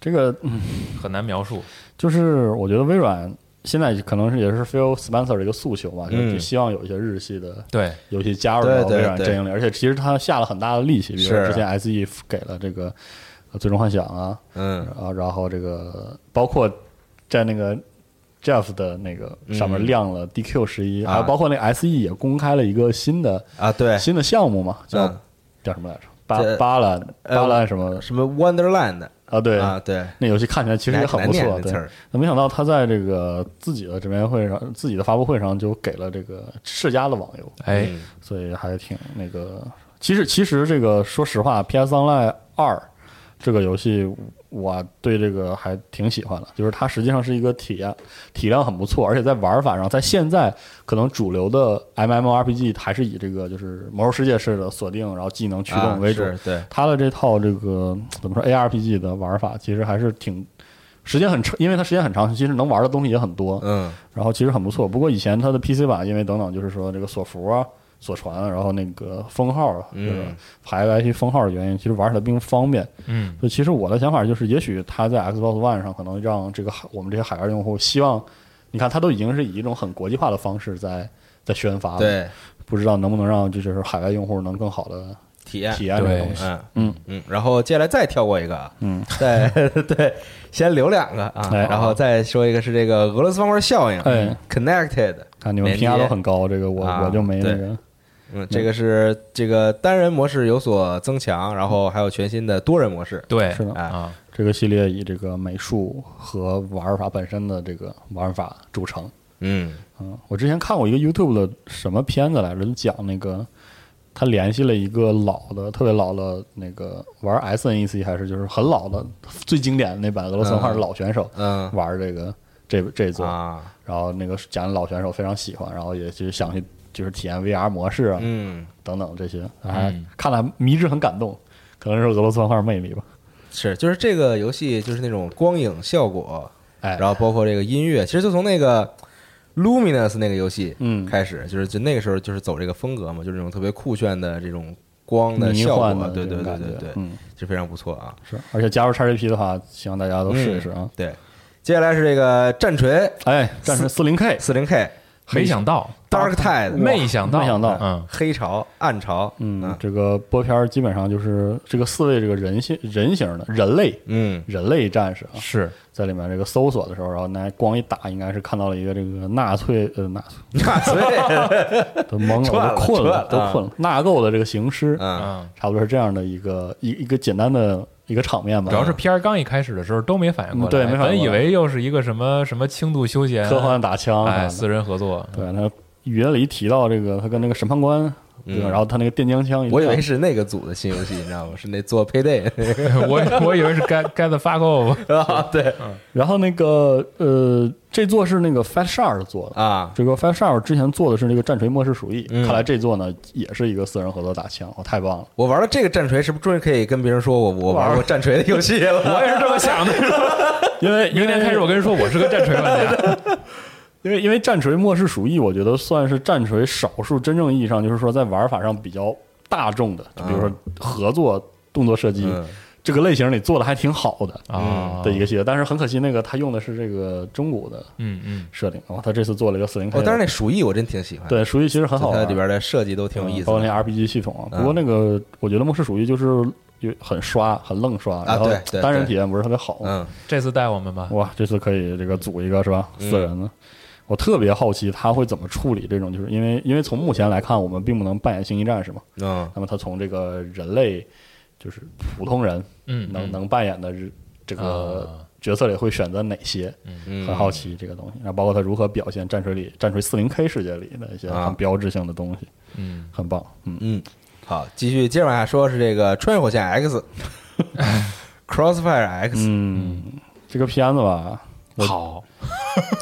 Speaker 4: 这个嗯
Speaker 3: 很难描述，
Speaker 4: 就是我觉得微软现在可能是也是 Phil Spencer 的一个诉求吧，就
Speaker 2: 嗯
Speaker 4: 是希望有一些日系的
Speaker 3: 对，
Speaker 4: 游戏加入
Speaker 2: 对
Speaker 4: 到
Speaker 2: 对
Speaker 4: 微软
Speaker 2: 对
Speaker 4: 阵营里，而且其实他下了很大的力气，比如说
Speaker 2: 是
Speaker 4: 之前 SE 给了这个呃《最终幻想》啊，
Speaker 2: 嗯
Speaker 4: 啊，然后这个包括在那个 Jeff 的那个上面
Speaker 2: 嗯
Speaker 4: 亮了 DQ 十一，还有
Speaker 2: 啊
Speaker 4: 包括那个 SE 也公开了一个新的
Speaker 2: 啊，对，
Speaker 4: 新的项目嘛，叫
Speaker 2: 嗯
Speaker 4: 叫什么来着？巴
Speaker 2: 这
Speaker 4: 巴兰
Speaker 2: 呃
Speaker 4: 巴兰什么
Speaker 2: 什么 Wonderland
Speaker 4: 啊？对
Speaker 2: 啊，对，
Speaker 4: 那游戏看起来其实也很
Speaker 2: 难
Speaker 4: 不错，
Speaker 2: 难念这词
Speaker 4: 对
Speaker 2: 儿。
Speaker 4: 那没想到他在这个自己的直面会上、自己的发布会上就给了这个世嘉的网游，
Speaker 3: 哎，
Speaker 2: 嗯
Speaker 4: 所以还挺那个。其实，其实这个说实话，PS Online 二这个游戏，我对这个还挺喜欢的。就是它实际上是一个体验体量很不错，而且在玩法上，在现在可能主流的 MMORPG 还是以这个就是魔兽世界式的锁定，然后技能驱
Speaker 2: 啊
Speaker 4: 动为主。
Speaker 2: 是对，
Speaker 4: 它的这套这个怎么说 ARPG 的玩法，其实还是挺时间很长，因为它时间很长，其实能玩的东西也很多，
Speaker 2: 嗯
Speaker 4: 然后其实很不错。不过以前它的 PC 版，因为等等，就是说这个锁服啊、锁船啊，然后那个封号啊，就是
Speaker 2: 嗯
Speaker 4: 排外去封号的原因，其实玩起来并不方便。
Speaker 3: 嗯，
Speaker 4: 所以其实我的想法就是，也许它在 Xbox One 上可能让这个海我们这些海外用户希望，你看它都已经是以一种很国际化的方式在在宣发了，，
Speaker 2: 对，
Speaker 4: 不知道能不能让这就是海外用户能更好的
Speaker 2: 体验
Speaker 4: 体验这个
Speaker 3: 对
Speaker 4: 东西。
Speaker 2: 嗯
Speaker 4: 嗯
Speaker 2: 嗯，然后接下来再跳过一个啊，
Speaker 4: 嗯，
Speaker 2: 再对，先留两个啊，
Speaker 4: 哎
Speaker 2: 然后再说一个是这个俄罗斯方块效应
Speaker 4: 哎
Speaker 2: ，Connected，
Speaker 4: 看你们评价都很高，这个我、
Speaker 2: 啊
Speaker 4: 我就没那个
Speaker 2: 嗯，这个是这个单人模式有所增强，然后还有全新的多人模式，
Speaker 3: 对，
Speaker 4: 是的
Speaker 2: 哎
Speaker 3: 啊，
Speaker 4: 这个系列以这个美术和玩法本身的这个玩法著称。
Speaker 2: 嗯
Speaker 4: 嗯，我之前看过一个 YouTube 的什么片子来着，就讲那个他联系了一个老的、特别老的那个玩 SNEC 还是就是很老的最经典的那版俄罗斯方块的老选手、
Speaker 2: 嗯
Speaker 4: 玩这个这这一座，
Speaker 2: 啊，
Speaker 4: 然后那个讲老选手非常喜欢，然后也就想去就是体验 VR 模式啊、
Speaker 2: 嗯
Speaker 4: 等等这些，还、看了迷之很感动，可能是俄罗斯方块魅力吧。
Speaker 2: 是，就是这个游戏就是那种光影效果，
Speaker 4: 哎，
Speaker 2: 然后包括这个音乐，其实就从那个 Luminous 那个游戏
Speaker 4: 嗯
Speaker 2: 开始，就是就那个时候就是走这个风格嘛，就是那种特别酷炫的这种光的
Speaker 4: 迷
Speaker 2: 效
Speaker 4: 幻
Speaker 2: 果，
Speaker 4: 的
Speaker 2: 对
Speaker 4: 这
Speaker 2: 对
Speaker 4: 种
Speaker 2: 对
Speaker 4: 感
Speaker 2: 对
Speaker 4: 觉，
Speaker 2: 对，
Speaker 4: 嗯，
Speaker 2: 就非常不错啊，嗯
Speaker 4: 是。而且加入 XGP 的话，希望大家都试一试啊。
Speaker 2: 对。接下来是这个战锤
Speaker 4: 哎，战神四零 K
Speaker 2: 嗯四零 K
Speaker 3: 没想到，
Speaker 2: Dark Tide
Speaker 3: 没想到，
Speaker 4: 哎没想到
Speaker 3: 嗯，
Speaker 2: 黑潮暗潮，
Speaker 4: 哎嗯
Speaker 2: 啊，
Speaker 4: 这个播片儿基本上就是这个四位这个人性人形的人类
Speaker 2: 嗯
Speaker 4: 人类战士啊，
Speaker 3: 是
Speaker 4: 在里面这个搜索的时候，然后那光一打，应该是看到了一个这个纳粹呃纳 粹
Speaker 2: 纳 粹，
Speaker 4: 都懵
Speaker 2: 串
Speaker 4: 了，
Speaker 2: 了
Speaker 4: 都困
Speaker 2: 串了
Speaker 4: 都困了，纳垢的这个行尸，
Speaker 2: 嗯
Speaker 3: 嗯，
Speaker 4: 差不多是这样的一个一一个简单的一个场面吧。
Speaker 3: 主要是 P R 刚一开始的时候都没反应过来，
Speaker 4: 嗯对没反应
Speaker 3: 本以
Speaker 4: 过来
Speaker 3: 为又是一个什么什么轻度休闲
Speaker 4: 科幻打枪啥
Speaker 3: 哎，
Speaker 4: 的
Speaker 3: 私人合作，
Speaker 4: 对，他语音里提到这个，他跟那个审判官，对吧？
Speaker 2: 嗯
Speaker 4: 然后他那个电浆枪一亮，
Speaker 2: 我以为是那个组的新游戏，你知道吗？是那做配对
Speaker 3: 我我以为是 get get the fuck off，
Speaker 2: 啊， 对
Speaker 4: 然后那个呃，这座是那个 Fat Shark 做的。
Speaker 2: 啊，
Speaker 4: 这个 Fat Shark 之前做的是那个战锤末世鼠疫，
Speaker 2: 嗯
Speaker 4: 看来这座呢也是一个私人合作打枪，哦，太棒了！
Speaker 2: 我玩了这个战锤，是不是终于可以跟别人说我我玩过战锤的游戏 了？
Speaker 3: 我也是这么想的。
Speaker 4: 因为
Speaker 3: 明天开始，我跟人说我是个战锤玩 家，
Speaker 4: 因为因为战锤末世鼠疫，我觉得算是战锤少数真正意义上就是说在玩法上比较大众的，就比如说合作动作射击、
Speaker 2: 嗯
Speaker 4: 这个类型里做的还挺好的
Speaker 3: 啊
Speaker 4: 的一个系列，但是很可惜那个他用的是这个中古的
Speaker 3: 嗯嗯，
Speaker 4: 设定，然后他这次做了一个四零 K，
Speaker 2: 我哦当时那鼠疫我真挺喜欢，，
Speaker 4: 对鼠疫其实很好玩
Speaker 2: 它，里边的设计都挺有意思
Speaker 4: 包括那
Speaker 2: 的。
Speaker 4: RPG 系统啊。
Speaker 2: 嗯
Speaker 4: 不过那个我觉得末世鼠疫就是有很刷，很愣刷，然后
Speaker 2: 啊对对
Speaker 4: 单人
Speaker 2: 对
Speaker 4: 体验不是特别好。
Speaker 2: 嗯，
Speaker 3: 这次带我们吧，
Speaker 4: 哇，这次可以这个组一个是吧？
Speaker 2: 嗯
Speaker 4: 四人的。我特别好奇他会怎么处理这种，就是因为因为从目前来看，我们并不能扮演星际战士嘛。
Speaker 2: 嗯，
Speaker 4: 那么他从这个人类，就是普通人
Speaker 3: 嗯，
Speaker 4: 能
Speaker 3: 嗯
Speaker 4: 能扮演的这个
Speaker 3: 啊
Speaker 4: 角色里会选择哪些？
Speaker 2: 嗯
Speaker 4: 很好奇这个东西。然后包括他如何表现战锤里战锤四零 K 世界里的一些
Speaker 2: 啊
Speaker 4: 很标志性的东西，
Speaker 3: 嗯，
Speaker 4: 很棒。嗯，
Speaker 2: 嗯，好，继续接着往下说，是这个《穿越火线 X》，Crossfire X，
Speaker 4: 嗯，这个片子吧，我
Speaker 3: 好，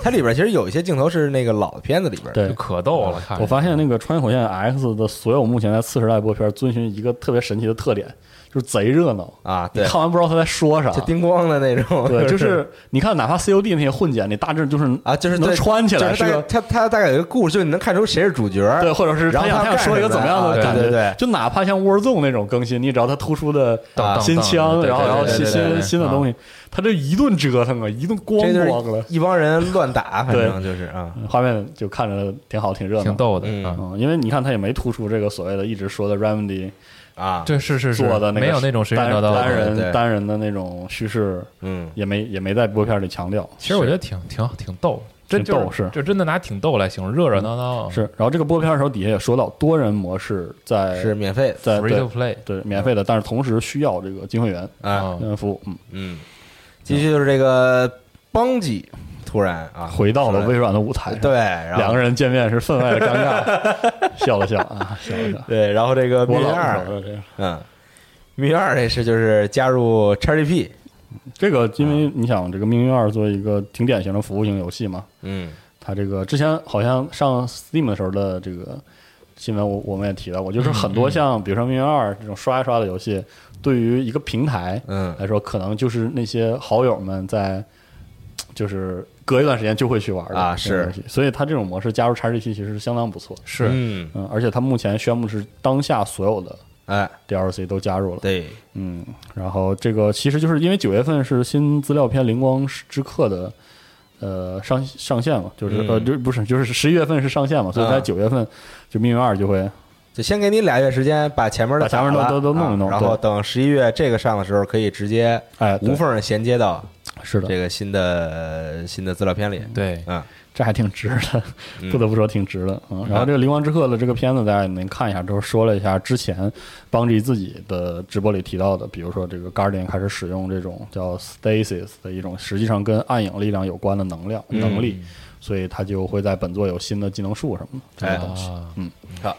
Speaker 2: 它里边其实有一些镜头是那个老的片子里边，，
Speaker 4: 对
Speaker 3: 就可逗了，看着
Speaker 4: 我发现那个《穿越火线 X》的所有目前在次时代播片遵循一个特别神奇的特点，就是贼热闹
Speaker 2: 啊
Speaker 4: 你
Speaker 2: 对
Speaker 4: 看完不知道他在说啥
Speaker 2: 就。叮咣的那种，
Speaker 4: 对，就是你看，哪怕 COD 那些混剪，你大致就是
Speaker 2: 啊，就是
Speaker 4: 能
Speaker 2: 对
Speaker 4: 穿起来
Speaker 2: 就是是大概
Speaker 4: 个
Speaker 2: 它它大概有一个故事，就是你能看出谁是主角，
Speaker 4: 对，或者是
Speaker 2: 然
Speaker 4: 他
Speaker 2: 后
Speaker 4: 想
Speaker 2: 他
Speaker 4: 他想说一个
Speaker 2: 干什
Speaker 4: 怎么样
Speaker 2: 么
Speaker 4: 的
Speaker 2: 呀啊
Speaker 4: 感
Speaker 2: 对
Speaker 4: 觉，
Speaker 2: 对对
Speaker 4: 就哪怕像 Warzone 那种更新，你只要他突出的
Speaker 3: 当当
Speaker 4: 新
Speaker 3: 当
Speaker 4: 枪，
Speaker 3: 对
Speaker 4: 然后
Speaker 3: 对
Speaker 4: 然后
Speaker 3: 对
Speaker 4: 新
Speaker 3: 对对嗯啊
Speaker 4: 新
Speaker 3: 对
Speaker 4: 新的东西，他这一顿折腾啊，一顿咣
Speaker 2: 这就
Speaker 4: 咣
Speaker 2: 是
Speaker 4: 了，
Speaker 2: 一帮人乱打，反
Speaker 4: 对
Speaker 2: 正就是啊，
Speaker 4: 画面就看着挺好，挺热
Speaker 3: 挺
Speaker 4: 闹。
Speaker 3: 逗的
Speaker 2: 嗯
Speaker 3: 啊。
Speaker 4: 嗯，因为你看他也没突出这个所谓的一直说的 Remedy
Speaker 2: 啊，
Speaker 3: 对，是是是，
Speaker 4: 做的那个
Speaker 3: 没有那种谁
Speaker 4: 单
Speaker 3: 得到
Speaker 4: 单
Speaker 3: 的。
Speaker 2: 对对
Speaker 4: 人单人的那种叙事，
Speaker 2: 嗯，
Speaker 4: 也没也没在播片里强调。
Speaker 3: 其实我觉得挺挺挺逗，真
Speaker 4: 挺
Speaker 3: 就
Speaker 4: 逗
Speaker 3: 是
Speaker 4: 是嗯
Speaker 3: 就真的拿挺逗来形容，热热闹闹
Speaker 4: 是，然后这个播片的时候底下也说到，多人模式在
Speaker 2: 是免费的
Speaker 4: 在
Speaker 3: free to
Speaker 4: 对
Speaker 3: play
Speaker 4: 对免费的，但是同时需要这个金会员
Speaker 2: 啊，
Speaker 3: 嗯
Speaker 4: 金会员服务。嗯，
Speaker 2: 嗯，继续就是这个邦吉突然啊
Speaker 4: 回到
Speaker 2: 出
Speaker 4: 了
Speaker 2: 来
Speaker 4: 微软的舞台上，
Speaker 2: 对，然后
Speaker 4: 两个人见面是分外的尴尬， 笑了笑啊，笑了笑。
Speaker 2: 对，然后这个命
Speaker 4: 我
Speaker 2: 运
Speaker 4: 老
Speaker 2: 二，
Speaker 4: 了这个
Speaker 2: 嗯，命运二这是就是加入 XGP，
Speaker 4: 这个，因
Speaker 2: 嗯
Speaker 4: 为你想，这个《命运二》作为一个挺典型的服务型游戏嘛，
Speaker 2: 嗯
Speaker 4: 它这个之前好像上 Steam 的时候的这个新闻我，我们也提到过，就是很
Speaker 2: 嗯
Speaker 4: 多像比如说《命运二》这种刷一刷的游戏，对于一个平台
Speaker 2: 嗯
Speaker 4: 来说，可能就是那些好友们在就是隔一段时间就会去玩的
Speaker 2: 啊
Speaker 4: 那种
Speaker 2: 是
Speaker 4: 游戏，所以它这种模式加入 XGP 其实是相当不错。
Speaker 3: 是
Speaker 2: 嗯，
Speaker 4: 嗯，而且它目前宣布是当下所有的
Speaker 2: 哎，
Speaker 4: DLC 都加入了。
Speaker 2: 对，
Speaker 4: 嗯，然后这个其实就是因为九月份是新资料片《灵光之客》的呃上上线嘛，就是、
Speaker 2: 嗯
Speaker 4: 呃就不是就是十一月份是上线嘛，所以在
Speaker 2: 啊
Speaker 4: 九月份就《命运二》就会
Speaker 2: 就先给你俩月时间把前面的
Speaker 4: 把前面都
Speaker 2: 打了
Speaker 4: 都都弄一弄
Speaker 2: 啊然后
Speaker 4: 对
Speaker 2: 等十一月这个上的时候，可以直接
Speaker 4: 哎对
Speaker 2: 无缝衔接到
Speaker 4: 是的，
Speaker 2: 这个新的新的资料片里，
Speaker 3: 对，
Speaker 2: 嗯
Speaker 4: 这还挺值的，
Speaker 2: 嗯
Speaker 4: 不得不说挺值的啊、嗯然后这个《灵光之客》的这个片子，大家也能看一下，就是说了一下之前邦吉自己的直播里提到的，比如说这个 Guardian 开始使用这种叫 Stasis 的一种，实际上跟暗影力量有关的能量
Speaker 2: 嗯
Speaker 4: 能力，所以他就会在本作有新的技能树什么的这
Speaker 2: 哎
Speaker 4: 些东西。
Speaker 3: 啊
Speaker 2: 好，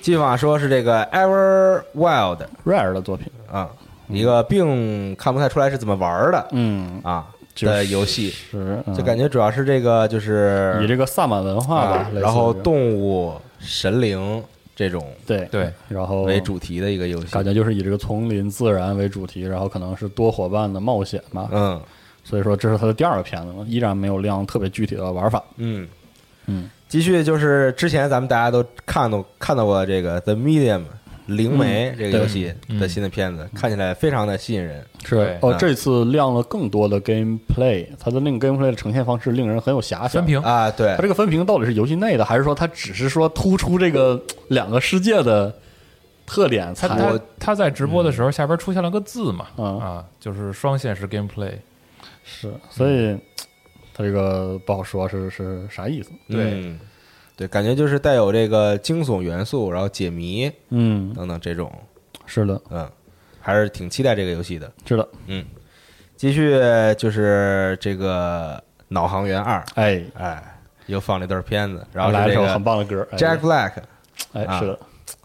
Speaker 2: 继续往下说是这个 Ever Wild
Speaker 4: Rare 的作品，
Speaker 2: 啊，一个并看不太出来是怎么玩的
Speaker 4: 嗯，
Speaker 2: 啊
Speaker 4: 就是
Speaker 2: 的游戏，
Speaker 4: 是、嗯
Speaker 2: 就感觉主要是这个就是
Speaker 4: 以这个萨满文化吧，
Speaker 2: 啊
Speaker 4: 类似于
Speaker 2: 然后动物、神灵这种
Speaker 4: 对
Speaker 3: 对，
Speaker 4: 然后
Speaker 2: 为主题的一个游戏
Speaker 4: 哦感。觉就是以这个丛林自然为主题，然后可能是多伙伴的冒险吧，
Speaker 2: 嗯
Speaker 4: 所以说这是他的第二个片子嘛，依然没有亮特别具体的玩法。
Speaker 2: 嗯
Speaker 4: 嗯，
Speaker 2: 继续就是之前咱们大家都看到看到过这个《The Medium》灵
Speaker 4: 嗯
Speaker 2: 媒这个游戏的新的片子，看起来非常的吸引人。
Speaker 3: 对
Speaker 4: 哦，
Speaker 2: 嗯
Speaker 4: 这次亮了更多的 gameplay，它的那个 gameplay 的呈现方式令人很有遐想。
Speaker 3: 分，屏
Speaker 2: 啊，对
Speaker 4: 它这个分屏到底是游戏内的，还是说它只是说突出这个两个世界的特点
Speaker 3: 他
Speaker 4: 才？
Speaker 3: 他他在直播的时候下边出现了个字嘛，
Speaker 4: 嗯
Speaker 3: 啊，就是双线式 gameplay，
Speaker 4: 是，所以它这个不好说是是啥意思。
Speaker 3: 对
Speaker 2: 嗯对，感觉就是带有这个惊悚元素，然后解谜
Speaker 4: 嗯，
Speaker 2: 等等这种，
Speaker 4: 是的，
Speaker 2: 嗯，还是挺期待这个游戏的。嗯
Speaker 4: 知道，
Speaker 2: 继续就是这个《脑航员二》，
Speaker 4: 哎，
Speaker 2: 哎，又放了一段片子，然后
Speaker 4: 来
Speaker 2: 是这
Speaker 4: 一首
Speaker 2: 个
Speaker 4: 很棒的歌，哎
Speaker 2: Jack Black
Speaker 4: 哎，
Speaker 2: 啊
Speaker 4: 是的，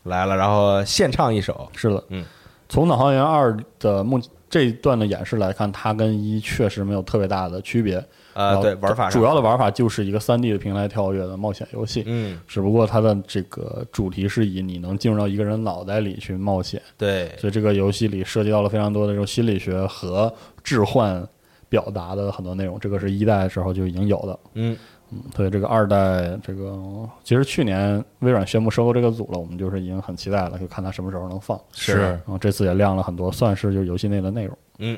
Speaker 2: 来了，然后献唱一首，
Speaker 4: 是的，
Speaker 2: 嗯，
Speaker 4: 从《导航员二》的目这一段的演示来看，它跟一确实没有特别大的区别。然
Speaker 2: 呃，
Speaker 4: 后
Speaker 2: 对，玩法上
Speaker 4: 主要的玩法就是一个三 D 的平台跳跃的冒险游戏，
Speaker 2: 嗯，
Speaker 4: 只不过它的这个主题是以你能进入到一个人脑袋里去冒险，
Speaker 2: 对，
Speaker 4: 所以这个游戏里涉及到了非常多的这种心理学和置换表达的很多内容。这个是一代的时候就已经有的，
Speaker 2: 嗯
Speaker 4: 对这个二代，这个其实去年微软宣布收购这个组了，我们就是已经很期待了，就看它什么时候能放。
Speaker 2: 是
Speaker 4: 然后这次也亮了很多，算是就是游戏内的内容，
Speaker 2: 嗯，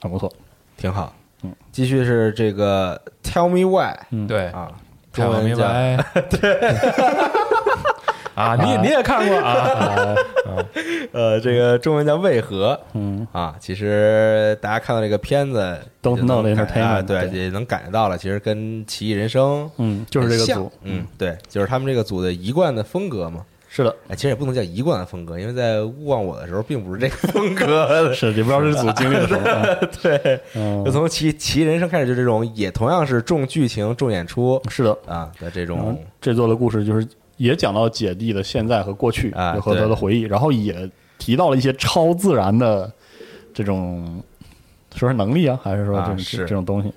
Speaker 4: 很不错。
Speaker 2: 挺好
Speaker 4: 嗯。
Speaker 2: 继续是这个 Tell Me Why
Speaker 3: 对，
Speaker 2: 啊，
Speaker 3: 太
Speaker 2: 中
Speaker 3: 好
Speaker 2: 文
Speaker 3: 明
Speaker 2: 叫
Speaker 3: 白。 啊，你你也看过啊？
Speaker 2: 呃，这个中文叫为何
Speaker 4: 嗯，
Speaker 2: 啊？其实大家看到这个片子
Speaker 4: 都
Speaker 2: 也能
Speaker 4: know the
Speaker 2: 感啊
Speaker 4: entertainment，
Speaker 2: 对，
Speaker 4: 对
Speaker 2: 也能感觉到了，其实跟《奇异人生》
Speaker 4: 嗯，就是这个
Speaker 2: 很像
Speaker 4: 组，
Speaker 2: 嗯，对，就是他们这个组的一贯的风格嘛。
Speaker 4: 是的，
Speaker 2: 哎，其实也不能叫一贯的风格，因为在勿忘我的时候，并不是这个风 格
Speaker 4: 是也不知道这组经历 了什么。
Speaker 2: 对，
Speaker 4: 嗯
Speaker 2: 就，从《奇奇异人生》开始，就这种也同样是重剧情、重演出
Speaker 4: 是的，
Speaker 2: 啊的这
Speaker 4: 然后
Speaker 2: 种，
Speaker 4: 这座的故事就是也讲到姐弟的现在和过去，
Speaker 2: 啊
Speaker 4: 和他的
Speaker 2: 对
Speaker 4: 回忆，然后也提到了一些超自然的这种说是能力啊，还是说
Speaker 2: 啊
Speaker 4: 这种、
Speaker 2: 是
Speaker 4: 这种东西。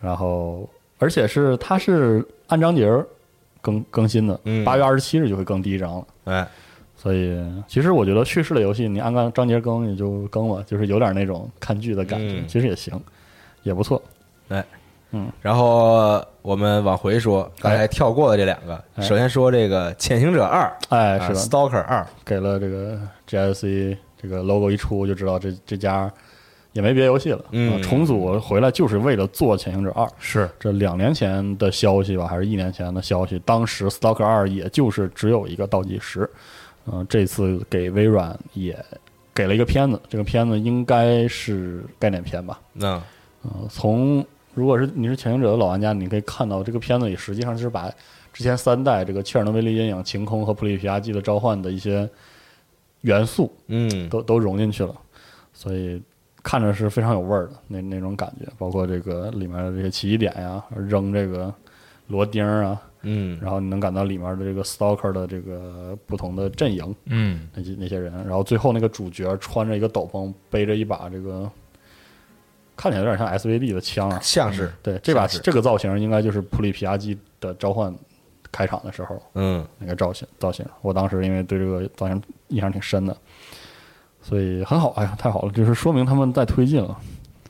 Speaker 4: 然后，而且是它是按章节儿更更新的
Speaker 2: 嗯，
Speaker 4: 八、月二十七日就会更第一章了。
Speaker 2: 哎，
Speaker 4: 所以，其实我觉得叙事类游戏，你按照章节更也就更了，就是有点那种看剧的感觉，
Speaker 2: 嗯
Speaker 4: 其实也行，也不错。
Speaker 2: 然后我们往回说，刚才
Speaker 4: 哎
Speaker 2: 跳过的这两个，
Speaker 4: 哎
Speaker 2: 首先说这个《潜行者二》
Speaker 4: 哎，
Speaker 2: 啊
Speaker 4: 是的，
Speaker 2: Stalker 二》，
Speaker 4: 给了这个 GSC 这个 logo 一出，就知道这这家也没别游戏了。
Speaker 2: 嗯
Speaker 4: 啊重组回来就是为了做《潜行者二》。
Speaker 3: 是
Speaker 4: 这两年前的消息吧，还是一年前的消息？当时《Stalker 二》也就是只有一个倒计时。嗯、这次给微软也给了一个片子，这个片子应该是概念片吧？
Speaker 2: 那
Speaker 4: 嗯、从如果是你是《潜行者》的老玩家，你可以看到这个片子里实际上是把之前三代这个切尔诺贝利阴影、晴空和普里皮亚季的召唤的一些元素
Speaker 2: 嗯，
Speaker 4: 都都融进去了，所以看着是非常有味儿的那那种感觉，包括这个里面的这些奇异点呀，扔这个螺钉儿啊，
Speaker 2: 嗯，
Speaker 4: 然后你能感到里面的这个 stalker 的这个不同的阵营
Speaker 3: 嗯，
Speaker 4: 那些那些人，然后最后那个主角穿着一个斗篷，背着一把这个看起来有点像 SVD 的枪啊，
Speaker 2: 像是，
Speaker 4: 对，这把
Speaker 2: 是
Speaker 4: 这个造型应该就是普里皮亚基的召唤开场的时候
Speaker 2: 嗯
Speaker 4: 那个造型造型。我当时因为对这个造型印象挺深的，所以很好，哎呀，太好了，就是说明他们在推进了，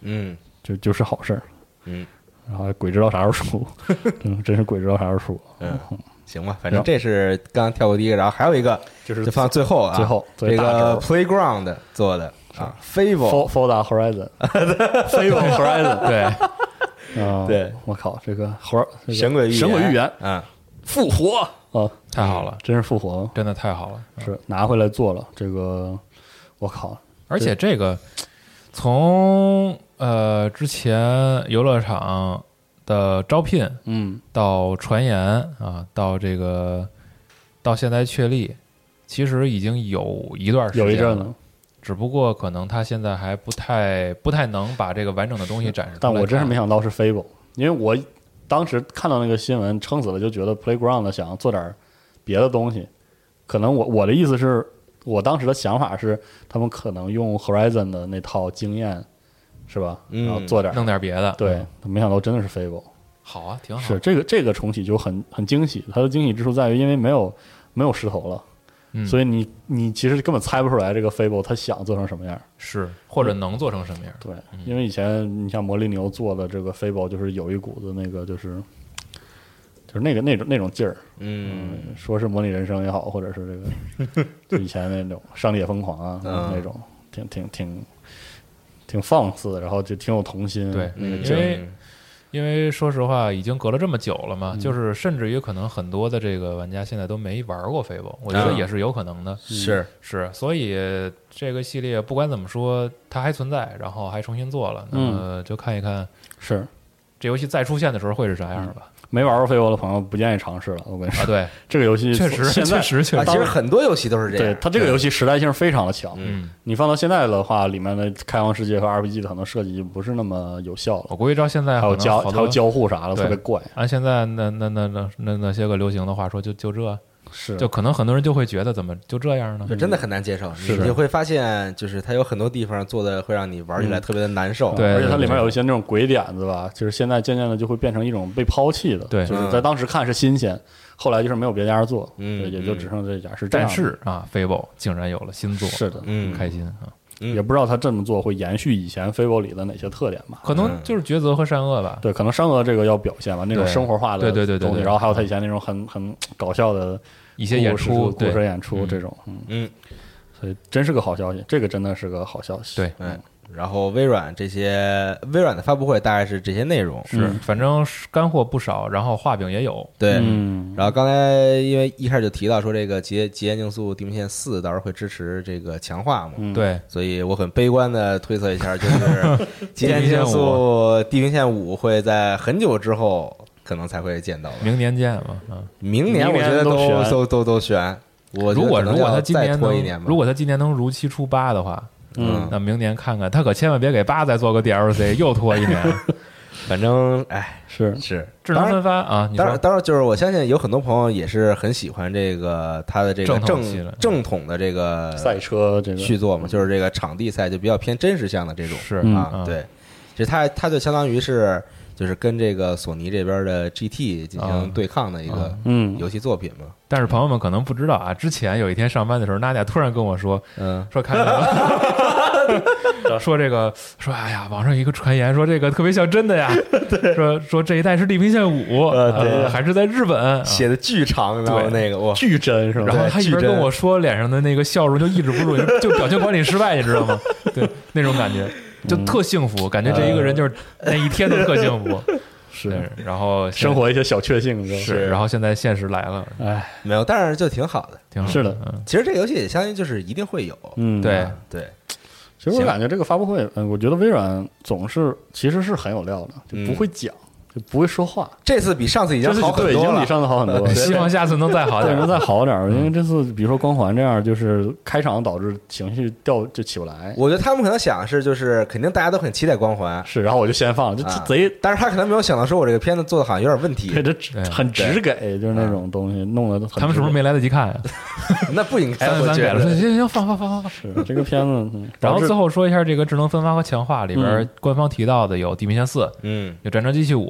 Speaker 2: 嗯
Speaker 4: 就就是好事儿。
Speaker 2: 嗯
Speaker 4: 然后鬼知道啥时候出， 真真是鬼知道啥时候出。
Speaker 2: 嗯，行吧，反正这是刚刚跳过第一个，然后还有一个
Speaker 4: 就是
Speaker 2: 就放最后啊，
Speaker 4: 最后
Speaker 2: 这
Speaker 4: 最大
Speaker 2: 个
Speaker 4: 轴
Speaker 2: Playground 做的啊 f a v o
Speaker 4: For For the Horizon，飞往 Horizon，
Speaker 3: 对，
Speaker 4: 啊，
Speaker 2: 对，
Speaker 4: 我靠，这个活儿这个
Speaker 2: 神鬼
Speaker 4: 神鬼预言
Speaker 2: 嗯，
Speaker 4: 复活啊，
Speaker 3: 太好了，
Speaker 4: 真是复活了，
Speaker 3: 真的太好了。
Speaker 4: 是拿回来做了这个，我靠，
Speaker 3: 而且这个从呃之前游乐场的招聘
Speaker 4: 嗯，
Speaker 3: 到传言啊，到这个到现在确立，其实已经有一段时间
Speaker 4: 有一阵
Speaker 3: 了，
Speaker 4: 了，
Speaker 3: 只不过可能他现在还不太不太能把这个完整的东西展示出来。
Speaker 4: 但我真是没，想到是 Fable，因为我当时看到那个新闻，撑死了就觉得 Playground 想做点别的东西。可能我我的意思是，我当时的想法是，他们可能用 Horizon 的那套经验，是吧？
Speaker 2: 嗯
Speaker 4: 然后做点
Speaker 3: 弄点别的。
Speaker 4: 对，，没想到真的是 Fable。
Speaker 3: 好啊，挺好。
Speaker 4: 是这个这个重启就很很惊喜，它的惊喜之处在于，因为没有没有石头了，
Speaker 3: 嗯
Speaker 4: 所以你你其实根本猜不出来这个 Fable 它想做成什么样。
Speaker 3: 是，或者能做成什么样？
Speaker 4: 对，因为以前你像魔力牛做的这个飞宝，就是有一股子那个就是就是那个那种那种劲儿，
Speaker 2: 嗯，
Speaker 4: 嗯，说是模拟人生也好，或者是这个 就以前那种上帝也疯狂啊、
Speaker 2: 嗯
Speaker 4: 那种，挺挺挺挺放肆，然后就挺有童心，
Speaker 3: 对
Speaker 4: 那个
Speaker 2: 嗯
Speaker 4: 劲
Speaker 3: 因
Speaker 4: 儿，
Speaker 3: 为因为说实话，已经隔了这么久了嘛，就是甚至于可能很多的这个玩家现在都没玩过 Fable，我觉得
Speaker 2: 嗯
Speaker 3: 也是有可能的。
Speaker 2: 是，
Speaker 4: 嗯
Speaker 3: 是，所以这个系列不管怎么说，它还存在，然后还重新做了，那
Speaker 4: 嗯
Speaker 3: 么就看一看
Speaker 4: 是
Speaker 3: 这游戏再出现的时候会是啥样吧？
Speaker 4: 没玩过《飞wol》的朋友不建议尝试了。我跟你说，
Speaker 3: 啊，对，
Speaker 4: 这个游戏
Speaker 3: 确实，
Speaker 4: 嗯现在
Speaker 3: 确实，确
Speaker 2: 啊，其
Speaker 3: 实，
Speaker 2: 实很多游戏都是这
Speaker 4: 对
Speaker 2: 样。
Speaker 4: 它这个
Speaker 3: 对
Speaker 4: 游戏时代性非常的强。
Speaker 3: 嗯，
Speaker 4: 你放到现在的话，里面的开放世界和 RPG 的很多设计就不是那么有效了，
Speaker 3: 我估计照现在
Speaker 4: 还有
Speaker 3: 可能
Speaker 4: 交
Speaker 3: 好
Speaker 4: 还有
Speaker 3: 多，
Speaker 4: 交互啥的，
Speaker 3: 对
Speaker 4: 特别怪。
Speaker 3: 按现在那那那那那那些个流行的话说，就就这，
Speaker 4: 是
Speaker 3: 就可能很多人就会觉得怎么就这样呢
Speaker 2: 就？真的很难接受，你
Speaker 4: 嗯是的
Speaker 2: 你会发现，就是它有很多地方做的会让你玩
Speaker 4: 嗯
Speaker 2: 起来特别的难受。
Speaker 3: 对
Speaker 4: 而且它
Speaker 3: 对
Speaker 4: 里面
Speaker 3: 对
Speaker 4: 有一些那种鬼点子吧，就是现在渐渐的就会变成一种被抛弃的，
Speaker 3: 对
Speaker 4: 就是在当时看是新鲜，后来就是没有别家做，
Speaker 2: 嗯
Speaker 4: 对也就只剩这家是这
Speaker 3: 但
Speaker 4: 样的。
Speaker 3: 是啊，Fable 竟然有了新作，
Speaker 4: 是的，
Speaker 2: 嗯，
Speaker 3: 开心啊！
Speaker 2: 嗯
Speaker 4: 也不知道他这么做会延续以前 Fable 里的哪些特点吧。
Speaker 3: 可
Speaker 2: 嗯
Speaker 3: 能就是抉择和善恶吧。
Speaker 4: 对，可能山鹅这个要表现吧，那种
Speaker 3: 对
Speaker 4: 生活化的
Speaker 3: 对对对对
Speaker 4: 东西，
Speaker 3: 对嗯
Speaker 4: 然后还有他以前那种很很搞笑的
Speaker 3: 一
Speaker 4: 一
Speaker 3: 些演出，
Speaker 4: 故事
Speaker 3: 对
Speaker 4: 演出这种，嗯
Speaker 2: 嗯，
Speaker 4: 所以真是个好消息，这个真的是个好消息。
Speaker 3: 对，
Speaker 2: 哎，然后微软这些微软的发布会大概是这些内容，
Speaker 3: 是，嗯反正是干货不少，然后画饼也有，
Speaker 2: 对。
Speaker 4: 嗯，
Speaker 2: 然后刚才因为一开始就提到说这个极极限竞速地平线四到时候会支持这个强化嘛，
Speaker 4: 嗯，
Speaker 3: 对，
Speaker 2: 所以我很悲观的推测一下，就是 极限竞速地平线五会在很久之后可能才会见到吧。
Speaker 3: 明年见吧。嗯，
Speaker 2: 明年我觉得
Speaker 4: 明年都
Speaker 2: 都
Speaker 4: 悬
Speaker 2: 都都都悬。我觉
Speaker 3: 如
Speaker 2: 得
Speaker 3: 果
Speaker 2: 可能
Speaker 3: 如果他
Speaker 2: 要
Speaker 3: 今
Speaker 2: 再
Speaker 3: 年
Speaker 2: 拖一
Speaker 3: 能
Speaker 2: 年吧，
Speaker 3: 如果他今年能如期出八的话，
Speaker 2: 嗯
Speaker 4: 嗯，
Speaker 3: 那明年看看，他可千万别给八再做个 DLC，又 拖一年。
Speaker 2: 反正哎
Speaker 4: 是
Speaker 2: 是
Speaker 3: 智能
Speaker 2: 当然
Speaker 3: 分发啊，你
Speaker 2: 当然，
Speaker 3: 说
Speaker 2: 当然，就是我相信有很多朋友也是很喜欢这个他的这个
Speaker 3: 正统系
Speaker 2: 正
Speaker 3: 了
Speaker 2: 正统的这个
Speaker 4: 赛车这个
Speaker 2: 呃续作嘛，就是这个场地赛，就比较偏真实向的这种
Speaker 3: 是
Speaker 4: 嗯
Speaker 2: 啊，
Speaker 3: 嗯
Speaker 2: 对，其实它它就相当于是就是跟这个索尼这边的 GT 进行
Speaker 3: 啊
Speaker 2: 对抗的一个
Speaker 4: 嗯，
Speaker 2: 游戏作品嘛，
Speaker 3: 但是朋友们可能不知道啊，之前有一天上班的时候，娜姐突然跟我说，
Speaker 2: 嗯，
Speaker 3: 说看见了，说这个说哎呀，网上有一个传言说这个特别像真的呀，说说这一代是《地平线五》
Speaker 2: 呃对
Speaker 3: 呃还是在日本。啊
Speaker 2: 写的巨长，然后
Speaker 3: 对
Speaker 2: 那个哇，
Speaker 4: 巨真是吧？
Speaker 3: 然后
Speaker 2: 对
Speaker 3: 他一
Speaker 2: 巨
Speaker 3: 边
Speaker 2: 真
Speaker 3: 跟我说脸上的那个笑容就抑制不住，就就表情管理失败，你知道吗？对，那种感觉就特幸福，感觉这一个人就是那一天都特幸福。
Speaker 4: 是
Speaker 3: 对，然后现
Speaker 4: 生活一些小确幸，
Speaker 3: 是，然后现在现实来了，
Speaker 4: 后哎，
Speaker 2: 没有，但是就挺好的。
Speaker 3: 挺好
Speaker 4: 是的
Speaker 3: 嗯，
Speaker 2: 其实这个游戏也相当于就是一定会有，
Speaker 4: 嗯，
Speaker 3: 对，
Speaker 2: 对，
Speaker 4: 其实我
Speaker 2: 行
Speaker 4: 感觉这个发布会，嗯，我觉得微软总是其实是很有料的，就不会讲，就不会说话，
Speaker 2: 这次比上次已经
Speaker 4: 这次
Speaker 2: 好很
Speaker 4: 对已
Speaker 2: 多
Speaker 4: 经
Speaker 2: 了
Speaker 4: 比。上次好很多了，
Speaker 2: 对
Speaker 3: 希望下次能再好
Speaker 4: 对
Speaker 3: 点
Speaker 4: 能
Speaker 3: 儿。
Speaker 4: 再好点儿，因为这次比如说光环这样，就是开场导致情绪掉就起不来，
Speaker 2: 我觉得他们可能想的是，就是肯定大家都很期待《光环》，
Speaker 4: 是，然后我就先放了，就
Speaker 2: 啊
Speaker 4: 贼
Speaker 2: 但是他可能没有想到说我这个片子做的好像有点问
Speaker 4: 对，
Speaker 2: 题，
Speaker 4: 这
Speaker 3: 对
Speaker 4: 很直给，就是那种东西弄得很
Speaker 3: 他们是不是
Speaker 4: 直
Speaker 3: 没来得及看呀？
Speaker 2: 那不应该。
Speaker 3: 三
Speaker 2: 哎我
Speaker 3: 三
Speaker 2: 觉
Speaker 3: 改了，说
Speaker 2: 得
Speaker 3: 行行行，放放放放放。
Speaker 4: 给？是这个片子，嗯
Speaker 3: 然后
Speaker 4: 导致
Speaker 3: 最后说一下这个智能分发和强化里边
Speaker 4: 嗯
Speaker 3: 官方提到的有《地平线四》、
Speaker 2: 嗯
Speaker 3: 有《战争机器五》，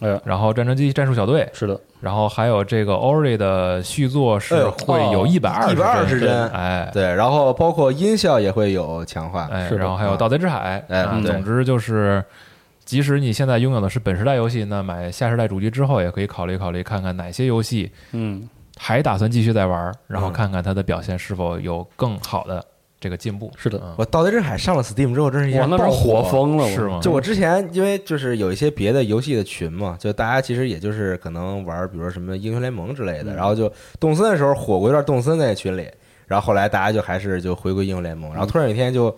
Speaker 4: 哎呀，
Speaker 3: 然后《战争机器战术小队》，
Speaker 4: 是的，
Speaker 3: 然后还有这个 Ori 的续作是会有一百二
Speaker 2: 哎哦一百二十帧，
Speaker 3: 哎
Speaker 2: 对，然后包括音效也会有强化，
Speaker 3: 哎，
Speaker 4: 是的嗯
Speaker 3: 然后还有《盗贼之海》
Speaker 2: 哎
Speaker 3: 啊
Speaker 2: 对
Speaker 3: 总之就是。即使你现在拥有的是本时代游戏，那买下时代主机之后，也可以考虑考虑，看看哪些游戏
Speaker 4: 嗯，
Speaker 3: 还打算继续再玩儿，然后
Speaker 2: 嗯
Speaker 3: 看看它的表现是否有更好的这个进步。
Speaker 4: 是的
Speaker 3: 嗯
Speaker 2: 我《盗贼之海》上了 Steam 之后，真是一
Speaker 4: 我
Speaker 2: 下
Speaker 4: 那边
Speaker 2: 爆
Speaker 4: 火
Speaker 2: 火。
Speaker 4: 疯了，
Speaker 3: 是吗
Speaker 2: 就我之前，因为就是有一些别的游戏的群嘛，就大家其实也就是可能玩，比如说什么英雄联盟之类的，
Speaker 4: 嗯
Speaker 2: 然后就动森的时候火过一段动森在群里，然后后来大家就还是就回归英雄联盟，然
Speaker 4: 嗯
Speaker 2: 后突然有一天就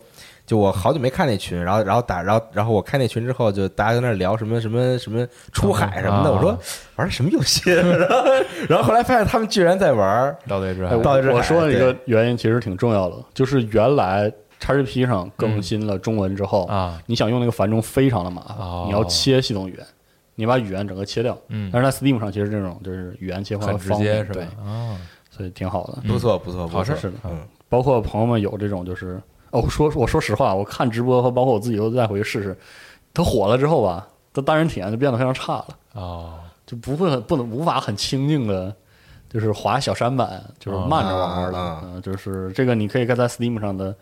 Speaker 2: 就我好久没看那群，然后然后打然后然后我开那群之后，就大家在那聊什么什么什么出
Speaker 4: 嗯
Speaker 2: 海什么的，
Speaker 3: 啊
Speaker 2: 我说玩的什么游戏， 然后然后后来发现他们居然在玩，
Speaker 3: 《盗贼之海
Speaker 4: 哎，》
Speaker 2: 到这
Speaker 4: 我
Speaker 2: 海
Speaker 4: 我说的一
Speaker 2: 对
Speaker 4: 个原因其实挺重要的，就是原来 XGP 上更新了中文之后，
Speaker 3: 嗯啊，
Speaker 4: 你想用那个繁中非常的麻烦，
Speaker 3: 哦
Speaker 4: 你要切系统语言，你把语言整个切掉。
Speaker 3: 嗯，
Speaker 4: 但是在 Steam 上其实这种就是语言切换
Speaker 3: 很直
Speaker 4: 方
Speaker 3: 接
Speaker 4: 便
Speaker 3: 是吧嗯
Speaker 4: 对，？
Speaker 2: 哦
Speaker 3: 啊，
Speaker 4: 所以挺好的。
Speaker 2: 不错不错，
Speaker 3: 好事
Speaker 2: 不错
Speaker 3: 儿
Speaker 4: 是的，
Speaker 2: 嗯，
Speaker 4: 包括朋友们有这种就是哦，我说我说实话，我看直播和包括我自己都再回去试试，它火了之后吧，它单人体验就变得非常差了，
Speaker 3: 哦，
Speaker 4: 就不会很不能无法很清静的。就是滑小舢板，就是慢着玩
Speaker 2: 啊啊
Speaker 4: 了。
Speaker 2: 啊
Speaker 4: 嗯就是这个，你可以看在 Steam 上的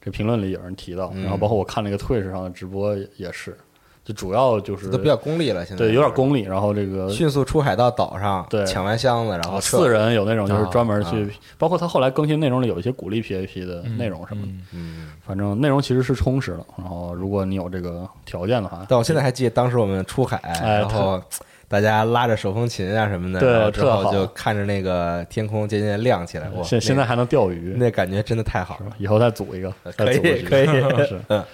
Speaker 4: 这评论里有人提到，
Speaker 2: 嗯
Speaker 4: 然后包括我看那个 Twitch 上的直播也也是，就主要就是
Speaker 2: 都比较功利了，现在呃
Speaker 4: 对，有点功利。然后这个
Speaker 2: 迅速出海到岛上，
Speaker 4: 对哦
Speaker 2: 抢完箱子然后撤
Speaker 4: 四人有那种就是
Speaker 3: 啊
Speaker 4: 专门
Speaker 2: 啊
Speaker 4: 去，包括他后来更新内容里有一些鼓励 PVP 的内容什么的，
Speaker 3: 嗯
Speaker 2: 嗯，
Speaker 4: 反正内容其实是充实的。然后如果你有这个条件的话，
Speaker 2: 但我现在还记得当时我们出海，
Speaker 4: 哎
Speaker 2: 然后大家拉着手风琴啊什么的，
Speaker 4: 对
Speaker 2: 然后之
Speaker 4: 特
Speaker 2: 后
Speaker 4: 好
Speaker 2: 就看着那个天空渐渐亮起来，哇！
Speaker 4: 现
Speaker 2: 那
Speaker 4: 现在还能钓鱼，
Speaker 2: 那感觉真的太好
Speaker 4: 是
Speaker 2: 了，呃
Speaker 4: 吧以后再组一个，再
Speaker 2: 可
Speaker 4: 组一
Speaker 2: 以
Speaker 4: 个
Speaker 2: 可以，
Speaker 4: 是嗯
Speaker 2: 嗯。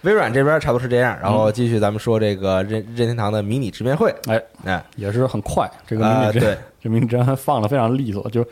Speaker 2: 微软这边差不多是这样，然后继续咱们说这个任任天堂的迷你直面会，
Speaker 4: 哎，
Speaker 2: 哎，
Speaker 4: 也是很快，这个迷
Speaker 2: 啊
Speaker 4: 你针、
Speaker 2: 对
Speaker 4: 这迷你针还放的非常利索，就是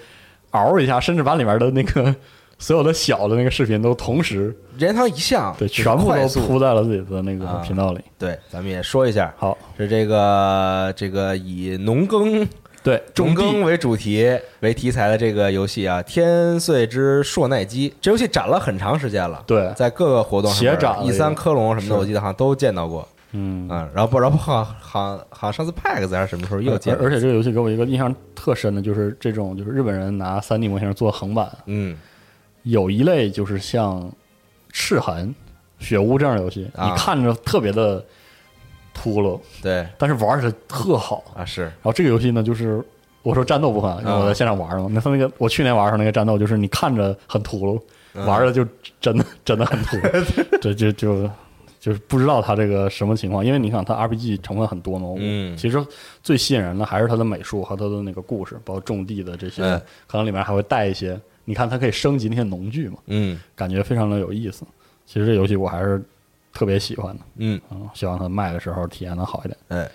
Speaker 4: 嗷一下，甚至把里面的那个所有的小的那个视频都同时
Speaker 2: 任天堂一向
Speaker 4: 对
Speaker 2: 就是
Speaker 4: 全部
Speaker 2: 快
Speaker 4: 都
Speaker 2: 速
Speaker 4: 铺在了自己的那个
Speaker 2: 啊
Speaker 4: 频道里。
Speaker 2: 对，咱们也说一下，
Speaker 4: 好，
Speaker 2: 是这个这个以农 耕
Speaker 4: 对，
Speaker 2: 种
Speaker 4: 地
Speaker 2: 耕为主题为题材的这个游戏啊，《天穗之硕奈基》这游戏展了很长时间了，
Speaker 4: 对
Speaker 2: 在各个活动上
Speaker 4: 斜展了
Speaker 2: 面，E 三科隆什么的，
Speaker 4: 是
Speaker 2: 我记得好像都见到过，
Speaker 4: 嗯，
Speaker 2: 嗯，然后不，然后好像好像好像上次 PAX 还是什么时候又见
Speaker 4: 而
Speaker 2: 到，
Speaker 4: 而且这个游戏给我一个印象特深的，就是这种就是日本人拿三 D 模型做横版，
Speaker 2: 嗯，
Speaker 4: 有一类就是像赤痕、血污这样的游戏，
Speaker 2: 啊
Speaker 4: 你看着特别的秃噜，
Speaker 2: 对
Speaker 4: 但是玩起来特好。
Speaker 2: 啊是，
Speaker 4: 然后这个游戏呢，就是我说战斗部分啊，因为我在现场玩嘛，那他那个我去年玩的时候那个战斗，就是你看着很秃噜，玩的就真的 真的很秃噜，这就就就是不知道他这个什么情况，因为你看它 RPG 成分很多嘛，
Speaker 2: 嗯
Speaker 4: 其实最吸引人的还是它的美术和它的那个故事，包括种地的这些，
Speaker 2: 嗯
Speaker 4: 可能里面还会带一些，你看它可以升级那些农具嘛，
Speaker 2: 嗯
Speaker 4: 感觉非常的有意思。其实这游戏我还是特别喜欢的，
Speaker 2: 嗯，
Speaker 4: 嗯，希望它卖的时候体验的好一点。
Speaker 2: 哎，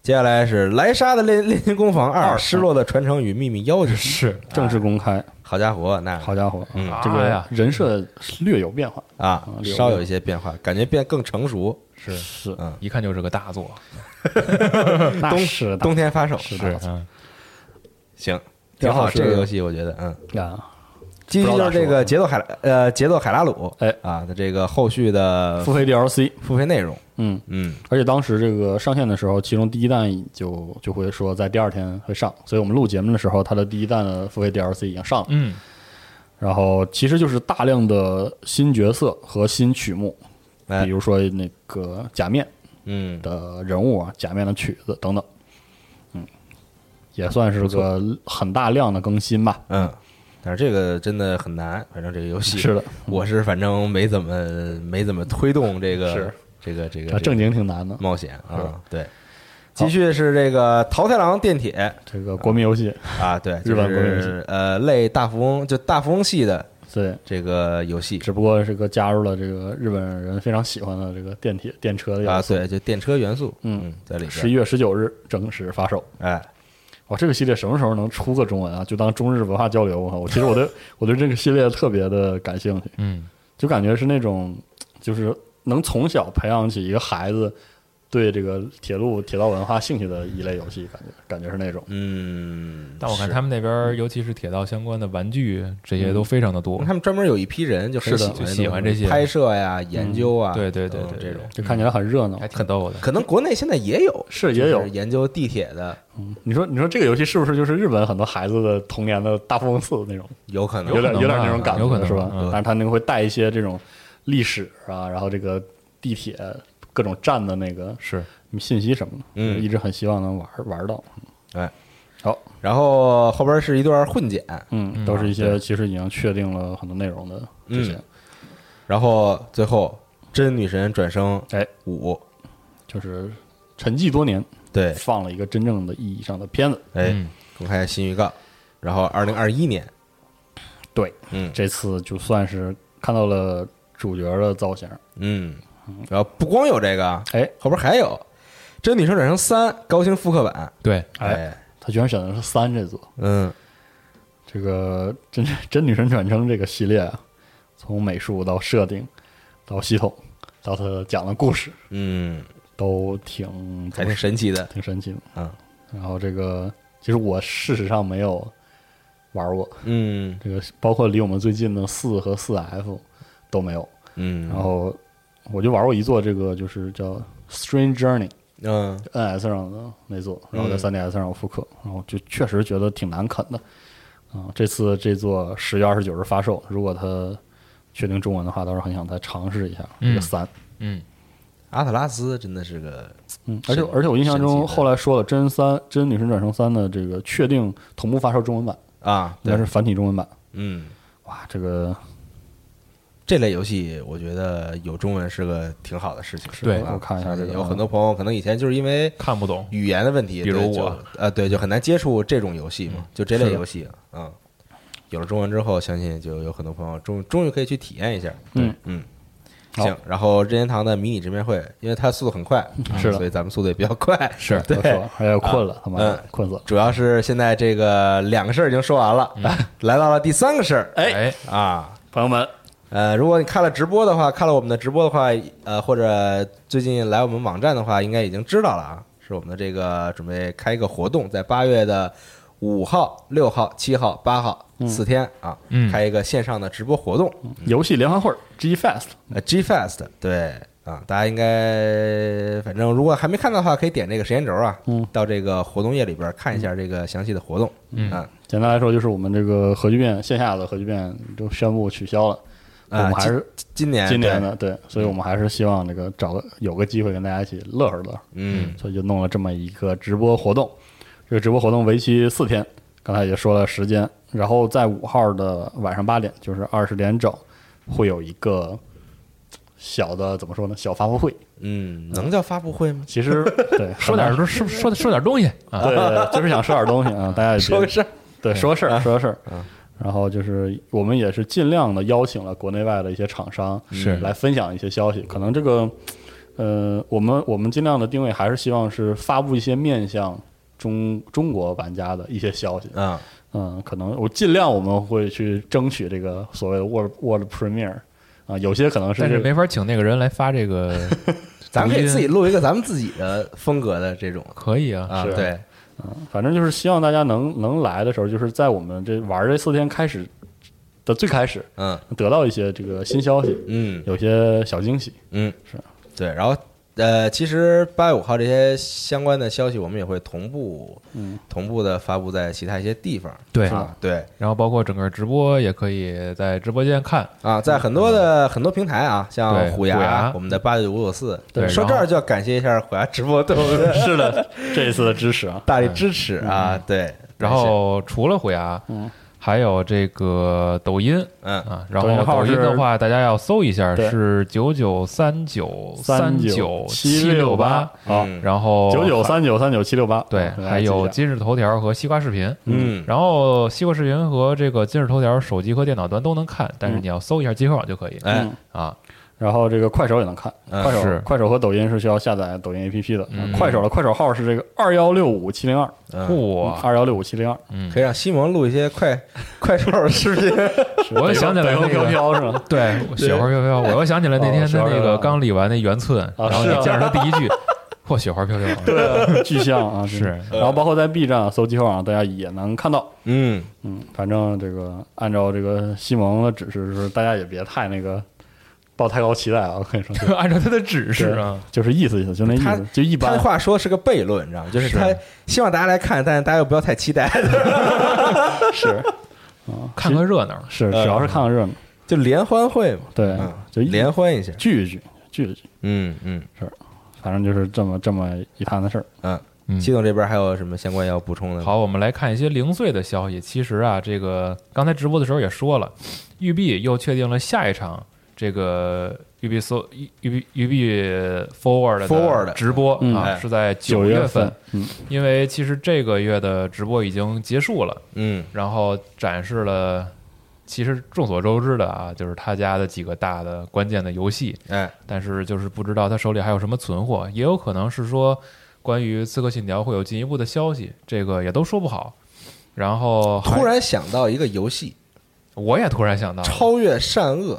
Speaker 2: 接下来是《莱莎的炼炼金工坊二：失落的传承与秘密妖精》，
Speaker 3: 是
Speaker 4: 正式公开，
Speaker 2: 好家伙，那
Speaker 4: 好家伙，啊
Speaker 2: 嗯
Speaker 4: 这
Speaker 3: 哎
Speaker 4: 个
Speaker 3: 呀
Speaker 4: 人设略有变化，
Speaker 2: 啊
Speaker 4: 啊
Speaker 2: 稍有一些变化，感觉变更成熟，
Speaker 3: 是，
Speaker 4: 是
Speaker 2: 嗯
Speaker 3: 一看就是个大作，
Speaker 4: 那是的
Speaker 2: 冬天发售
Speaker 4: 是
Speaker 3: 是
Speaker 4: 的
Speaker 3: 嗯，
Speaker 2: 行，挺
Speaker 4: 然后
Speaker 2: 好，这个
Speaker 4: 是
Speaker 2: 游戏我觉得嗯。
Speaker 4: 啊，
Speaker 2: 继续就是这个节奏海拉呃节奏海拉鲁，
Speaker 4: 哎
Speaker 2: 啊，它这个后续的
Speaker 4: 付费 DLC，
Speaker 2: 付费内容，
Speaker 4: 嗯，
Speaker 2: 嗯
Speaker 4: 而且当时这个上线的时候，其中第一弹就就会说在第二天会上，所以我们录节目的时候，它的第一弹的付费 DLC 已经上了，
Speaker 3: 嗯，
Speaker 4: 然后其实就是大量的新角色和新曲目，
Speaker 2: 哎
Speaker 4: 比如说那个假面
Speaker 2: 嗯，
Speaker 4: 的人物啊，假面的曲子等等，嗯，也算是个很大量的更新吧，
Speaker 2: 嗯，但是这个真的很难，反正这个游戏
Speaker 4: 是的，
Speaker 2: 我是反正没怎么没怎么推动这个
Speaker 4: 是
Speaker 2: 这个这个
Speaker 4: 这
Speaker 2: 这
Speaker 4: 啊正
Speaker 2: 个
Speaker 4: 经挺难的，
Speaker 2: 冒险啊，对。
Speaker 4: 好
Speaker 2: 继续是这个桃太郎电铁
Speaker 4: 这个国民游戏，
Speaker 2: 啊，对，就
Speaker 4: 日本国民游戏
Speaker 2: 是呃类大富翁就大富翁系的
Speaker 4: 对。
Speaker 2: 这个游戏
Speaker 4: 只不过这个加入了这个日本人非常喜欢的这个电铁电车的
Speaker 2: 啊，
Speaker 4: 元素。
Speaker 2: 对，就电车元素，
Speaker 4: 嗯
Speaker 2: 嗯，在里
Speaker 4: 十一
Speaker 2: 边，
Speaker 4: 月十九日正式发售。
Speaker 2: 哎，
Speaker 4: 哇，这个系列什么时候能出个中文啊？就当中日文化交流啊！我其实我对我对这个系列特别的感兴趣，
Speaker 3: 嗯，
Speaker 4: 就感觉是那种就是能从小培养起一个孩子对这个铁路铁道文化兴趣的一类游戏，感觉感觉是那种。
Speaker 2: 嗯，
Speaker 3: 但我看
Speaker 2: 是
Speaker 3: 他们那边，尤其是铁道相关的玩具，这些都非常的多
Speaker 2: 他。们专门有一批人就很
Speaker 3: 是的
Speaker 2: 喜欢
Speaker 3: 就喜欢这些嗯
Speaker 2: 拍摄呀、研究啊，
Speaker 3: 对对对
Speaker 2: 等
Speaker 3: 对，
Speaker 2: 等
Speaker 3: 对
Speaker 2: 这种
Speaker 4: 就看起来很热闹
Speaker 3: 还，挺逗的。
Speaker 2: 可能国内现在也有，
Speaker 4: 是
Speaker 2: 就
Speaker 4: 也有
Speaker 2: 是。研究地铁的，
Speaker 4: 嗯你说，你说这个游戏是不是就是日本很多孩子的童年的大富翁四那种？
Speaker 2: 有可能
Speaker 4: 有点
Speaker 3: 可能
Speaker 4: 有点
Speaker 3: 吧
Speaker 4: 那种感觉，
Speaker 3: 有可能
Speaker 4: 是吧？
Speaker 3: 嗯
Speaker 4: 但是他那个会带一些这种历史啊，然后这个地铁各种站的那个
Speaker 3: 是，
Speaker 4: 信息什么的，
Speaker 2: 嗯
Speaker 4: 一直很希望能玩玩到。
Speaker 2: 哎，
Speaker 4: 好，
Speaker 2: 然后后边是一段混剪，
Speaker 4: 嗯，都是一些其实已经确定了很多内容的这些，
Speaker 2: 然后最后真女神转生
Speaker 4: 哎，
Speaker 2: 五，
Speaker 4: 就是沉寂多年，
Speaker 2: 对，
Speaker 4: 放了一个真正的意义上的片子。
Speaker 2: 哎
Speaker 3: 嗯，
Speaker 2: 公开新预告，然后二零二一年，
Speaker 4: 对，
Speaker 2: 嗯
Speaker 4: 这次就算是看到了主角的造型，
Speaker 2: 嗯，然后不光有这个，
Speaker 4: 哎
Speaker 2: 后边还有真女神转生三高清复刻版，
Speaker 3: 对，
Speaker 4: 哎，
Speaker 2: 哎，
Speaker 4: 他居然选的是三这座，
Speaker 2: 嗯，
Speaker 4: 这个真真女神转生这个系列啊，从美术到设定，到系统，到他讲的故事，
Speaker 2: 嗯，
Speaker 4: 都挺
Speaker 2: 还是神奇的，
Speaker 4: 挺神奇的。
Speaker 2: 嗯，
Speaker 4: 然后这个其实我事实上没有玩过
Speaker 2: 嗯
Speaker 4: 这个，包括离我们最近的四和四 F 都没有。
Speaker 2: 嗯，
Speaker 4: 然后我就玩过一座，这个就是叫 Strange Journey
Speaker 2: 嗯
Speaker 4: NS 上的那座，然后在
Speaker 2: 嗯
Speaker 4: 3DS 上有复刻，然后就确实觉得挺难啃的。啊、这次这座十月二十九日发售，如果它确定中文的话，倒是很想再尝试一下这个
Speaker 3: 嗯
Speaker 4: 三。
Speaker 3: 嗯，
Speaker 2: 阿特拉斯真的是个，
Speaker 4: 嗯，而且
Speaker 2: 神
Speaker 4: 而且我印象
Speaker 2: 神奇
Speaker 4: 中
Speaker 2: 的
Speaker 4: 后来说了，《真三真女神转生三》的这个确定同步发售中文版，
Speaker 2: 啊，
Speaker 4: 应该是繁体中文版。
Speaker 2: 嗯，
Speaker 4: 哇，这个
Speaker 2: 这类游戏我觉得有中文是个挺好的事情。
Speaker 3: 对
Speaker 2: 啊
Speaker 4: 我看一下这个嗯
Speaker 2: 有很多朋友可能以前就是因为
Speaker 3: 看不懂。
Speaker 2: 语言的问题，
Speaker 3: 比如
Speaker 2: 对就
Speaker 3: 我
Speaker 2: 呃，对，就很难接触这种游戏嘛，就这
Speaker 4: 是
Speaker 2: 类
Speaker 4: 的
Speaker 2: 游戏啊。嗯有了中文之后，相信就有很多朋友终终于可以去体验一下。
Speaker 4: 嗯
Speaker 2: 嗯，
Speaker 4: 好
Speaker 2: 行，然后任天堂的迷你直面会，因为它速度很快，
Speaker 4: 是的
Speaker 2: 所以咱们速度也比较快。
Speaker 4: 是
Speaker 2: 对
Speaker 4: 都说，哎呀，困了，他妈
Speaker 2: 嗯
Speaker 4: 的困死了。
Speaker 2: 主要是现在这个两个事儿已经说完了，
Speaker 4: 嗯
Speaker 2: 来到了第三个事儿
Speaker 4: 哎
Speaker 3: 哎，
Speaker 2: 啊，
Speaker 4: 朋友们，
Speaker 2: 呃，如果你看了直播的话，看了我们的直播的话，呃，或者最近来我们网站的话，应该已经知道了啊，是我们的这个准备开一个活动，在八月的五号、六号、七号、八号四天啊，
Speaker 3: 嗯
Speaker 2: 开一个线上的直播活动，
Speaker 4: 游戏联欢会 G Fest
Speaker 2: 呃，G Fest，对啊，大家应该反正如果还没看到的话，可以点这个时间轴啊，
Speaker 4: 嗯
Speaker 2: 到这个活动页里边看一下这个详细的活动，
Speaker 3: 嗯
Speaker 2: 啊
Speaker 4: 简单来说，就是我们这个核聚变线下的核聚变就宣布取消了。嗯我
Speaker 2: 啊
Speaker 4: 们，还
Speaker 2: 今
Speaker 4: 是
Speaker 2: 今年
Speaker 4: 今年
Speaker 2: 对
Speaker 4: 的对，所以我们还是希望这个找个有个机会跟大家一起乐呵乐呵，
Speaker 2: 嗯
Speaker 4: 所以就弄了这么一个直播活动。这个直播活动为期四天，刚才也说了时间，然后在五号的晚上八点，就是二十点整，会有一个小的怎么说呢？小发布会。
Speaker 2: 嗯，能叫发布会吗？
Speaker 4: 其实 对，
Speaker 3: 说点说说说说点东西啊，
Speaker 4: 对对，对就是想说点东西啊，大家也别
Speaker 2: 说个事儿，
Speaker 4: 对，说个
Speaker 3: 啊
Speaker 4: 事儿，说个事儿。然后就是我们也是尽量的邀请了国内外的一些厂商，
Speaker 3: 是
Speaker 4: 来分享一些消息。可能这个，呃，我们我们尽量的定位还是希望是发布一些面向中中国玩家的一些消息。
Speaker 2: 啊，
Speaker 4: 嗯，可能我尽量我们会去争取这个所谓的 World World Premiere 啊，有些可能是
Speaker 3: 但是
Speaker 4: 这个
Speaker 3: 没法请那个人来发这个抖音，
Speaker 2: 咱们可以自己录一个咱们自己的风格的这种
Speaker 3: 可以啊，
Speaker 2: 啊，
Speaker 4: 是
Speaker 2: 对，
Speaker 4: 反正就是希望大家能能来的时候，就是在我们这玩这四天开始的最开始，
Speaker 2: 嗯
Speaker 4: 得到一些这个新消息，
Speaker 2: 嗯
Speaker 4: 有些小惊喜。
Speaker 2: 嗯，
Speaker 4: 是
Speaker 2: 对，然后呃，其实八月五号这些相关的消息，我们也会同步
Speaker 4: 嗯，
Speaker 2: 同步的发布在其他一些地方
Speaker 3: 对
Speaker 2: 啊，对
Speaker 3: 然后包括整个直播也可以在直播间看，
Speaker 2: 啊，在很多的很多平台啊，像
Speaker 3: 对
Speaker 2: 虎
Speaker 3: 虎
Speaker 2: 牙
Speaker 3: 牙，
Speaker 2: 我们的八九五九四，
Speaker 3: 对
Speaker 2: 说
Speaker 3: 然
Speaker 2: 这
Speaker 3: 后
Speaker 2: 儿就要感谢一下虎牙直播对我们的
Speaker 4: 是的，这一次的支持啊，
Speaker 2: 大力支持啊，对，
Speaker 3: 然后除了虎牙，
Speaker 4: 嗯
Speaker 3: 还有这个抖音
Speaker 2: 嗯
Speaker 3: 啊，然
Speaker 4: 抖音
Speaker 3: 后
Speaker 4: 号
Speaker 3: 抖音
Speaker 4: 是
Speaker 3: 的话，大家要搜一下，
Speaker 4: 对
Speaker 3: 是九九三九九
Speaker 4: 九
Speaker 3: 七
Speaker 4: 六
Speaker 3: 八，
Speaker 4: 啊，
Speaker 2: 嗯
Speaker 3: 然后
Speaker 4: 九九三九三九七六八，
Speaker 3: 对，
Speaker 4: 大家
Speaker 3: 还有
Speaker 4: 记
Speaker 3: 今日头条和西瓜视频。
Speaker 2: 嗯
Speaker 3: 然后西瓜视频和这个今日头条手机和电脑端都能看，
Speaker 4: 嗯
Speaker 3: 但是你要搜一下极客网就可以
Speaker 4: 一下
Speaker 2: 哎
Speaker 4: 嗯，
Speaker 3: 啊。
Speaker 4: 然后这个快手也能看，
Speaker 2: 嗯
Speaker 4: 快
Speaker 3: 是
Speaker 4: 手快手和抖音是需要下载抖音 APP 的，
Speaker 3: 嗯
Speaker 4: 快手的快手号是这个二幺六五七零二，
Speaker 2: 嗯，
Speaker 3: 哇，
Speaker 4: 二幺六五七零二，
Speaker 3: 嗯
Speaker 2: 可，以让西蒙录一些快 快手的视频，
Speaker 3: 我又
Speaker 4: 北
Speaker 3: 想
Speaker 4: 方
Speaker 3: 起来那
Speaker 4: 北方飘
Speaker 3: 个，
Speaker 4: 飘是吗？
Speaker 3: 对，雪花飘飘，我又想起来那天
Speaker 4: 哦雪
Speaker 3: 他
Speaker 4: 花
Speaker 3: 那
Speaker 4: 飘
Speaker 3: 个
Speaker 4: 飘
Speaker 3: 刚理完那圆寸，
Speaker 4: 啊
Speaker 3: 然后你
Speaker 4: 是啊
Speaker 3: 见着他第一 句，嚯，雪花飘啊飘，对，
Speaker 4: 巨像 啊，真的
Speaker 3: 是
Speaker 4: 然后包括在 B 站啊搜集后网，大家也能看到。
Speaker 2: 嗯，
Speaker 4: 嗯，反正这个按照这个西蒙的指示，就是大家也别太那个抱太高期待啊！我跟你说，
Speaker 3: 按照他的指示啊，
Speaker 4: 就是意思意思，就那意
Speaker 2: 他
Speaker 4: 思，就一
Speaker 2: 他
Speaker 4: 般
Speaker 2: 的。话说是个悖论，你知道吗？就是
Speaker 3: 是
Speaker 2: 他希望大家来看，但是大家又不要太期待，
Speaker 4: 是
Speaker 3: 看个热闹，
Speaker 4: 是，主要是看看热闹，
Speaker 2: 就联欢会嘛，
Speaker 4: 对
Speaker 2: 嗯，
Speaker 4: 就一
Speaker 2: 联欢一下，
Speaker 4: 聚一聚聚一聚，
Speaker 2: 嗯嗯
Speaker 4: 反正就是这么这么一摊子事儿。
Speaker 2: 嗯。
Speaker 3: 嗯
Speaker 2: 系统这边还有什么相关要补充的吗？
Speaker 3: 好，我们来看一些零碎的消息。其实啊，这个刚才直播的时候也说了，育碧又确定了下一场这个育碧搜育育碧育碧 Forward
Speaker 2: Forward
Speaker 3: 的直播
Speaker 4: 嗯
Speaker 3: 啊，
Speaker 2: 哎
Speaker 3: 是在九
Speaker 4: 月
Speaker 3: 份。，
Speaker 4: 嗯，
Speaker 3: 因为其实这个月的直播已经结束了，
Speaker 2: 嗯
Speaker 3: 然后展示了。其实众所周知的啊，就是他家的几个大的关键的游戏，
Speaker 2: 哎
Speaker 3: 但是就是不知道他手里还有什么存货，也有可能是说关于《刺客信条》会有进一步的消息，这个也都说不好。然后还
Speaker 2: 突，然想到一个游戏
Speaker 3: 我也突然想到
Speaker 2: 《
Speaker 3: 了，
Speaker 2: 超哦越善恶》，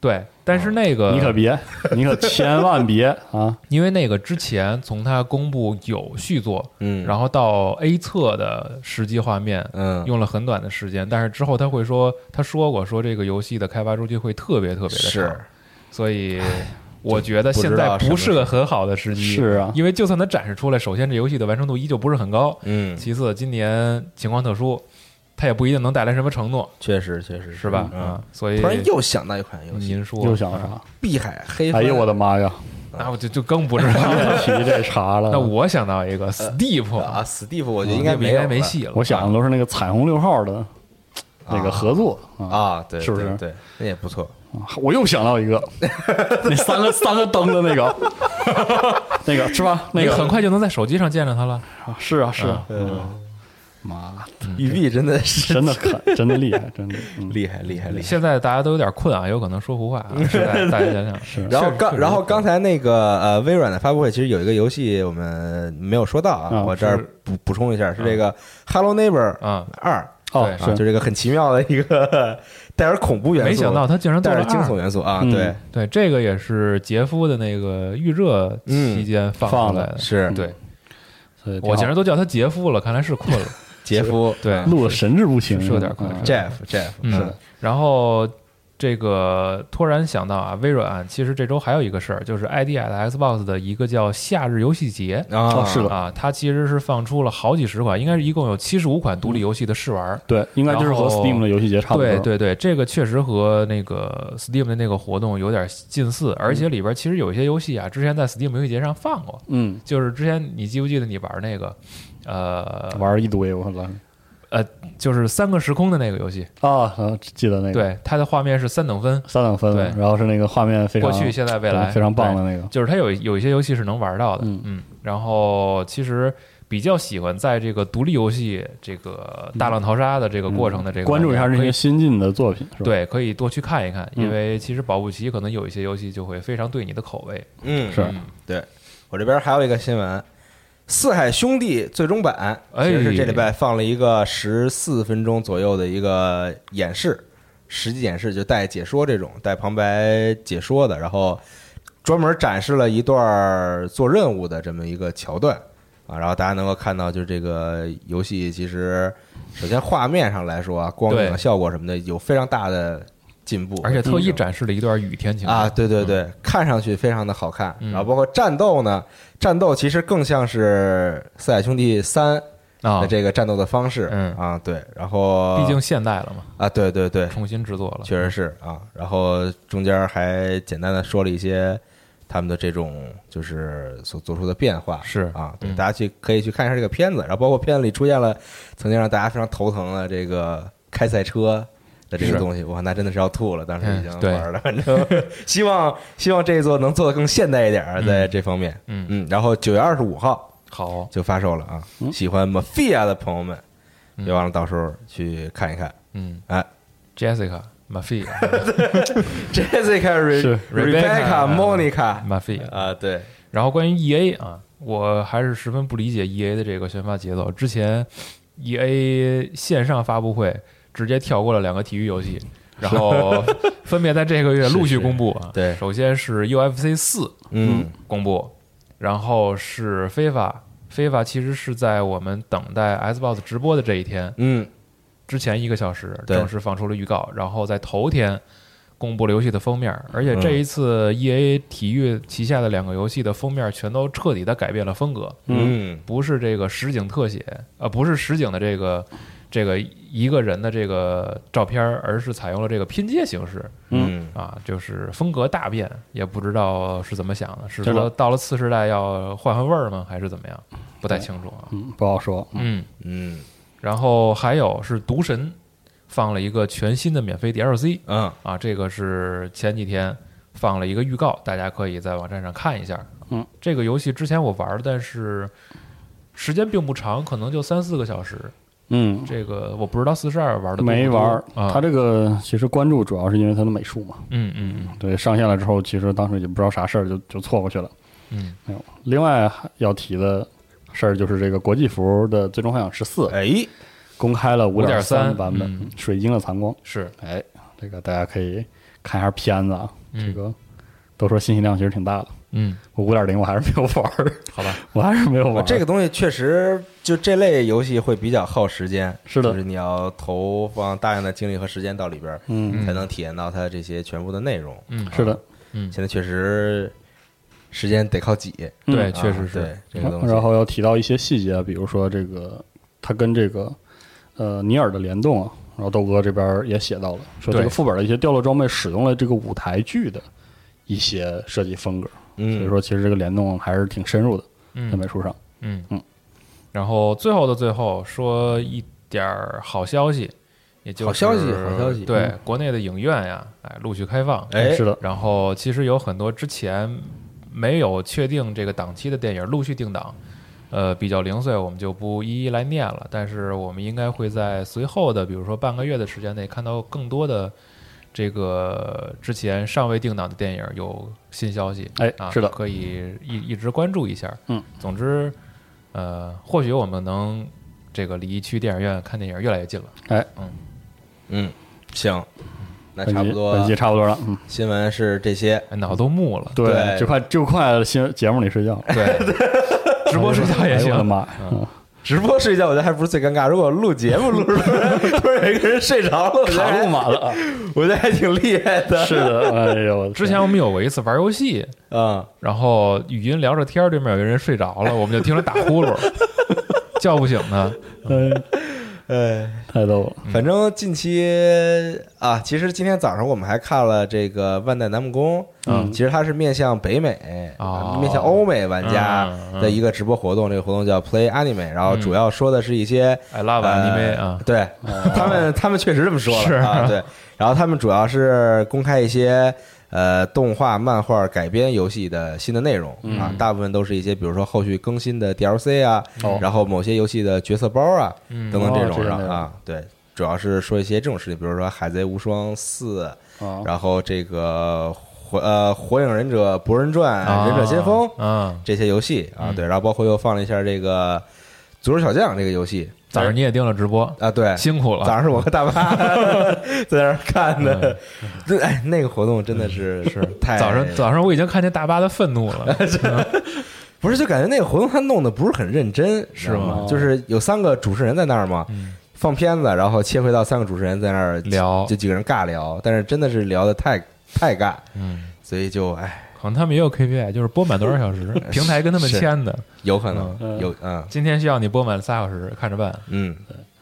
Speaker 3: 对，但是那个
Speaker 4: 你可别，你可千万别啊！
Speaker 3: 因为那个之前从他公布有续作，
Speaker 2: 嗯
Speaker 3: 然后到 A 册的实际画面。
Speaker 2: 嗯
Speaker 3: 用了很短的时间，但是之后他会说，他说过说这个游戏的开发周期会特别特别的长，
Speaker 2: 是
Speaker 3: 所以我觉得
Speaker 2: 不知
Speaker 3: 现在
Speaker 2: 道什
Speaker 3: 不
Speaker 2: 么
Speaker 3: 是个很好的时机，
Speaker 4: 是啊
Speaker 3: 因为就算它展示出来，首先这游戏的完成度依旧不是很高，
Speaker 2: 嗯，
Speaker 3: 其次今年情况特殊，它也不一定能带来什么承诺，
Speaker 2: 确实确实
Speaker 3: 是吧？
Speaker 2: 嗯，
Speaker 3: 啊，所以
Speaker 2: 突然又想到一款游戏《
Speaker 3: 您说
Speaker 4: 又想啥？
Speaker 2: 碧海黑》，
Speaker 4: 哎呦我
Speaker 2: 的
Speaker 4: 的妈 呀！
Speaker 3: 那我就就更不知道 了。
Speaker 4: 别提这茬了。
Speaker 3: 那我想到一个 Steep，
Speaker 2: 啊！Steve，我觉得
Speaker 3: Steep
Speaker 2: 应该
Speaker 3: 应
Speaker 2: 有
Speaker 3: 该没
Speaker 2: 了
Speaker 3: 戏了。
Speaker 4: 我想的都是那个彩虹六号的那个合作啊！
Speaker 2: 啊，对，
Speaker 4: 是不是
Speaker 2: 对，对那也不错。
Speaker 4: 我又想到一个，那三个三个灯的那个， 那个是吧？那
Speaker 3: 你
Speaker 4: 个
Speaker 3: 很快就能在手机上见着它了。
Speaker 4: 啊是啊是啊，
Speaker 2: 嗯，
Speaker 4: 妈，
Speaker 2: 育碧真的是
Speaker 4: 真的狠，真的厉害，真的、嗯、
Speaker 2: 厉害厉害厉害。
Speaker 3: 现在大家都有点困啊，有可能说胡 话啊，是吧大家想想。
Speaker 4: 是
Speaker 2: 然后
Speaker 3: 确实
Speaker 2: 刚，
Speaker 3: 是
Speaker 2: 然后刚才那个呃，微软的发布会其实有一个游戏我们没有说到啊，
Speaker 4: 啊
Speaker 2: 我这儿
Speaker 3: 是
Speaker 2: 补补充一下，是这个《Hello Neighbor
Speaker 3: 啊》
Speaker 2: 二、
Speaker 4: 哦
Speaker 3: 对，
Speaker 2: 啊，就这个很奇妙的一个 带点恐怖元素，
Speaker 3: 没想到他竟然做
Speaker 2: 带
Speaker 3: 了
Speaker 2: 点惊悚
Speaker 3: 二。
Speaker 2: 元素啊，
Speaker 4: 嗯
Speaker 2: 对，
Speaker 3: 对，这个也是杰夫的那个预热期间放
Speaker 4: 放
Speaker 3: 出来
Speaker 4: 的
Speaker 3: 的。
Speaker 2: 是嗯
Speaker 3: 对，
Speaker 4: 所以挺好
Speaker 3: 我竟然都叫他杰夫了，看来是困 了。
Speaker 2: 杰夫
Speaker 3: 对，
Speaker 4: 录的神志不清，
Speaker 3: 嗯是是有点快
Speaker 4: 嗯
Speaker 2: Jeff Jeff
Speaker 3: 嗯
Speaker 4: 是的
Speaker 3: 然后这个突然想到啊，微软其实这周还有一个事儿，就是 IDS Xbox 的一个叫夏日游戏节。
Speaker 2: 啊，
Speaker 4: 哦是的
Speaker 3: 啊，它其实是放出了好几十款，应该是一共有七十五款独立游戏的试玩儿。
Speaker 4: 对，应该就是和
Speaker 3: 然后
Speaker 4: Steam 的游戏节差不多。
Speaker 3: 对对对，这个确实和那个 Steam 的那个活动有点近似，
Speaker 4: 嗯
Speaker 3: 而且里边其实有一些游戏啊，之前在 Steam 游戏节上放过，
Speaker 4: 嗯，
Speaker 3: 就是之前你记不记得你玩那个，呃，
Speaker 4: 玩儿一堆，我操！
Speaker 3: 就是三个时空的那个游戏，
Speaker 4: 啊，嗯记得那个
Speaker 3: 对，它的画面是三等分，
Speaker 4: 三等分
Speaker 3: 对，
Speaker 4: 然后是那个画面非常
Speaker 3: 过去、现在、未
Speaker 4: 对
Speaker 3: 来，
Speaker 4: 非常棒
Speaker 3: 对
Speaker 4: 的那个。
Speaker 3: 就是它有有一些游戏是能玩到的，
Speaker 4: 嗯
Speaker 3: 然后其实比较喜欢在这个独立游戏这个大浪淘沙的这个过程的这个
Speaker 4: 嗯关注一下
Speaker 3: 环
Speaker 4: 这
Speaker 3: 节
Speaker 4: 些新进的作品，是吧？，
Speaker 3: 对，可以多去看一看，
Speaker 4: 嗯
Speaker 3: 因为其实保不齐可能有一些游戏就会非常对你的口味。
Speaker 2: 嗯，
Speaker 4: 是
Speaker 3: 嗯
Speaker 2: 对我这边还有一个新闻。《四海兄弟》最终版
Speaker 3: 哎
Speaker 2: 其实是这礼拜放了一个十四分钟左右的一个演示，实际演示就带解说这种带旁白解说的，然后专门展示了一段做任务的这么一个桥段啊，然后大家能够看到，就是这个游戏其实首先画面上来说啊，光
Speaker 3: 对
Speaker 2: 影效果什么的有非常大的进步，
Speaker 3: 而且特意
Speaker 2: 嗯
Speaker 3: 展示了一段雨天情况
Speaker 2: 啊，，对对对，看上去非常的好看。
Speaker 3: 嗯
Speaker 2: 然后包括战斗呢，战斗其实更像是《四海兄弟三》
Speaker 3: 啊
Speaker 2: 的，这个战斗的方式。
Speaker 3: 嗯
Speaker 2: 啊，对，然后
Speaker 3: 毕竟现代了嘛，
Speaker 2: 啊，对对对，
Speaker 3: 重新制作了。
Speaker 2: 确实是啊。然后中间还简单的说了一些他们的这种就是所做出的变化。
Speaker 3: 是
Speaker 2: 啊，对，
Speaker 3: 嗯
Speaker 2: 大家去可以去看一下这个片子。然后包括片子里出现了曾经让大家非常头疼的这个开赛车。的这个
Speaker 3: 是
Speaker 2: 东西，哇，那真的是要吐了！当时已经
Speaker 3: 嗯对
Speaker 2: 玩了，反正 希望希望这一座能做的更现代一点儿，
Speaker 3: 嗯
Speaker 2: 在这方面，
Speaker 3: 嗯
Speaker 2: 嗯，然后九月二十五号
Speaker 3: 好，
Speaker 2: 就发售了啊！
Speaker 4: 嗯
Speaker 2: 喜欢 Mafia 的朋友们，
Speaker 3: 嗯
Speaker 2: 别忘了到时候去看一看。
Speaker 3: 嗯，
Speaker 2: 哎
Speaker 3: ，Jessica、Mafia、
Speaker 2: Jessica、Re-
Speaker 4: 是
Speaker 2: Rebecca、Monica
Speaker 3: Mafia。
Speaker 2: 啊，对，
Speaker 3: 然后关于 EA 啊，我还是十分不理解 EA 的这个宣发节奏。之前 EA 线上发布会直接跳过了两个体育游戏，然 后分别在这个月陆续公布啊。
Speaker 2: 对
Speaker 3: 首先是 UFC 四，
Speaker 2: 嗯
Speaker 3: 公布，然后是非法。非法其实是在我们等待 Xbox 直播的这一天
Speaker 2: 嗯，
Speaker 3: 之前一个小时
Speaker 2: 对
Speaker 3: 正式放出了预告，然后在头天公布了游戏的封面，而且这一次 EA 体育旗下的两个游戏的封面全都彻底的改变了风格，
Speaker 2: 嗯
Speaker 3: 不是这个实景特写，呃，不是实景的这个这个一个人的这个照片，而是采用了这个拼接形式，
Speaker 2: 嗯
Speaker 3: 啊，就是风格大变，也不知道是怎么想的，是
Speaker 4: 这
Speaker 3: 说
Speaker 4: 个
Speaker 3: 到了次世代要换换味儿吗，还是怎么样？不太清楚啊。
Speaker 4: 嗯，不好说。
Speaker 3: 嗯，
Speaker 2: 嗯
Speaker 3: 然后还有是《毒神》放了一个全新的免费 DLC
Speaker 2: 嗯
Speaker 3: 啊，这个是前几天放了一个预告，大家可以在网站上看一下。
Speaker 4: 嗯，
Speaker 3: 这个游戏之前我玩儿，但是时间并不长，可能就三四个小时。
Speaker 4: 嗯，
Speaker 3: 这个我不知道四十二玩的
Speaker 4: 没玩儿。
Speaker 3: 啊
Speaker 4: 它，这个其实关注主要是因为它的美术嘛。
Speaker 3: 嗯嗯嗯
Speaker 4: 对，上线了之后，其实当时也不知道啥事儿，就就错过去了。
Speaker 3: 嗯，
Speaker 4: 没有。另外还要提的事儿就是这个国际服的《最终幻想十四》
Speaker 2: 哎，
Speaker 4: 公开了五点
Speaker 3: 5.3
Speaker 4: 版本，
Speaker 3: 嗯
Speaker 4: 水晶的残光》。
Speaker 3: 是，
Speaker 4: 哎，这个大家可以看一下片子啊，这
Speaker 3: 嗯
Speaker 4: 个都说信息量其实挺大的。
Speaker 3: 嗯，
Speaker 4: 我五点零我还是没有玩儿，
Speaker 3: 好吧，
Speaker 4: 我还是没有玩儿。
Speaker 2: 这个东西确实就这类游戏会比较耗时间，
Speaker 4: 是的
Speaker 2: 就是你要投放大量的精力和时间到里边儿，
Speaker 4: 嗯，
Speaker 2: 才能体验到它这些全部的内容。
Speaker 3: 嗯
Speaker 4: 是的，
Speaker 3: 嗯，
Speaker 2: 现在确实时间得靠挤，
Speaker 4: 嗯
Speaker 3: 对，
Speaker 2: 啊
Speaker 3: 确实是。
Speaker 2: 对这个东西。
Speaker 4: 然后要提到一些细节，啊比如说这个它跟这个呃尼尔的联动啊，然后豆哥这边也写到了，说这
Speaker 3: 对
Speaker 4: 个副本的一些掉落装备使用了这个舞台剧的一些设计风格，所以
Speaker 2: 嗯，
Speaker 4: 说其实这个联动还是挺深入的，在
Speaker 3: 嗯
Speaker 4: 美术上，
Speaker 3: 嗯
Speaker 4: 嗯
Speaker 3: 然后最后的最后说一点儿好消息，也就是
Speaker 2: 好消息好消息
Speaker 3: 对
Speaker 4: 嗯
Speaker 3: 国内的影院呀，哎，陆续开放。
Speaker 2: 哎，
Speaker 4: 是的，
Speaker 3: 然后其实有很多之前没有确定这个档期的电影陆续定档，呃，比较零碎，我们就不一一来念了。但是我们应该会在随后的，比如说半个月的时间内，看到更多的这个之前尚未定档的电影有新消息。
Speaker 4: 哎
Speaker 3: 啊，
Speaker 4: 是的
Speaker 3: 可以一一直关注一下。
Speaker 4: 嗯，
Speaker 3: 总之，呃，或许我们能这个离去电影院看电影越来越近了。
Speaker 4: 哎
Speaker 2: 嗯，行，那
Speaker 4: 本
Speaker 2: 差不
Speaker 4: 期本
Speaker 2: 多
Speaker 4: 期差不多了，嗯，
Speaker 2: 新闻是这些。
Speaker 3: 哎脑都木 了，
Speaker 2: 对
Speaker 4: 就快就快新节目里睡觉 了，
Speaker 3: 对，直播睡觉也
Speaker 4: 哎呦
Speaker 3: 行
Speaker 4: 我的。妈呀！
Speaker 3: 嗯
Speaker 2: 直播睡觉，我觉得还不是最尴尬。如果录节目录着录 着，突然有一个人睡着了，我觉得
Speaker 4: 卡路
Speaker 2: 还
Speaker 4: 马了，
Speaker 2: 我觉得还挺厉害的。
Speaker 4: 是的，哎 呦，我的天
Speaker 3: 之前我们有过一次玩游戏，
Speaker 2: 嗯，
Speaker 3: 然后语音聊着天儿，对面有一个人睡着了，我们就听着打 呼噜，叫不醒他。
Speaker 4: 哎
Speaker 2: 哎，
Speaker 4: 太逗 了，
Speaker 2: 反正近期啊，其实今天早上我们还看了这个《万代南梦宫》，
Speaker 4: 嗯
Speaker 2: 其实它是面向北美、
Speaker 3: 哦
Speaker 2: 面向欧美玩家
Speaker 3: 嗯嗯
Speaker 2: 的一个直播活动，这个活动叫 Play Anime，然后主要说的是一些。
Speaker 3: I love
Speaker 2: 呃
Speaker 3: anime 啊，
Speaker 2: 对他们，他们确实这么说
Speaker 3: 是
Speaker 2: 了啊，对。然后他们主要是公开一些呃动画、漫画改编游戏的新的内容啊，
Speaker 3: 嗯
Speaker 2: 大部分都是一些比如说后续更新的 DLC 啊，然后某些游戏的角色包啊
Speaker 3: 哦嗯
Speaker 2: 等等这
Speaker 4: 哦这
Speaker 2: 种
Speaker 4: 个内
Speaker 2: 然后
Speaker 4: 容
Speaker 2: 啊，对。主要是说一些这种事情，比如说《海贼无双四》，
Speaker 4: 啊，
Speaker 2: 然后这个火呃《火影忍者》《博人传》
Speaker 3: 啊
Speaker 2: 忍者先锋》
Speaker 3: 啊，
Speaker 2: 这些游戏啊，
Speaker 3: 嗯
Speaker 2: 对，然后包括又放了一下这个《足球小将》这个游戏
Speaker 3: 早上你也盯了直播，
Speaker 2: 啊，对，
Speaker 3: 辛苦
Speaker 2: 早
Speaker 3: 了。
Speaker 2: 上是我和大 妈在那儿看的，对，哎，那个活动真的是是太
Speaker 3: 嗯早上早上我已经看见大巴的愤怒 了，
Speaker 2: 不是就感觉那个活动他弄得不是很认真，是
Speaker 4: 吗
Speaker 2: 就是有三个主持人在那儿嘛，
Speaker 3: 哦嗯
Speaker 2: 放片子，然后切回到三个主持人在那儿
Speaker 3: 聊
Speaker 2: 就几个人尬聊，但是真的是聊的太太尬，
Speaker 3: 嗯，
Speaker 2: 所以就哎，
Speaker 3: 可能他们也有 KPI，就是播满多少小时，平台跟他们
Speaker 2: 是
Speaker 3: 签的，
Speaker 2: 有可能、
Speaker 4: 嗯
Speaker 2: 有嗯
Speaker 3: 今天需要你播满仨小时，看着办。
Speaker 2: 嗯。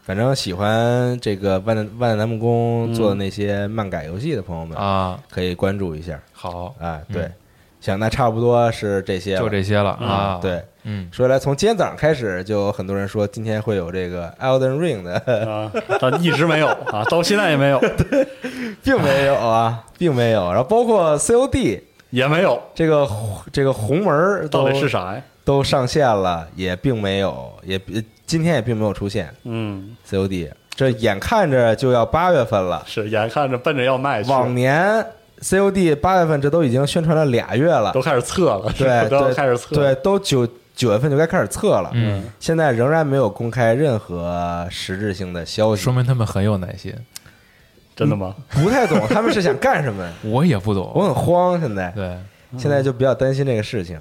Speaker 2: 反正喜欢这个万代万代南梦宫做的那些漫改游戏的朋友们，
Speaker 3: 嗯啊，
Speaker 2: 可以关注一下。
Speaker 3: 好，
Speaker 2: 哎，
Speaker 3: 嗯
Speaker 2: 对，行，那差不多是这些了，
Speaker 3: 就这些了
Speaker 4: 嗯
Speaker 3: 啊。，
Speaker 2: 对，
Speaker 3: 嗯，
Speaker 2: 说来，从今天早上开始，就有很多人说今天会有这个 Elden Ring 的，
Speaker 4: 啊，但一直没有啊，到现在也没有，
Speaker 2: 并没有啊，并没有。然后包括 COD
Speaker 4: 也没有，
Speaker 2: 这个这个红门儿
Speaker 4: 到
Speaker 2: 都
Speaker 4: 底是啥呀？
Speaker 2: 都上线了，也并没有，也呃今天也并没有出现
Speaker 4: 嗯，
Speaker 2: COD。这眼看着就要八月份了，
Speaker 4: 是眼看着奔着要卖去，
Speaker 2: 往年 COD 八月份这都已经宣传了俩月了，
Speaker 4: 都开始测了，是吧
Speaker 2: 对
Speaker 4: 都要
Speaker 2: 对
Speaker 4: 开始测，
Speaker 2: 对，，都九九月份就该开始测了，
Speaker 3: 嗯，
Speaker 2: 现在仍然没有公开任何实质性的消息
Speaker 3: 说，明他们很有耐心，
Speaker 4: 真的吗？
Speaker 2: 不太懂他们是想干什 么。
Speaker 3: 我也不
Speaker 2: 我
Speaker 3: 懂。
Speaker 2: 很慌，现在
Speaker 3: 对，
Speaker 2: 现在就比较担心这个事情。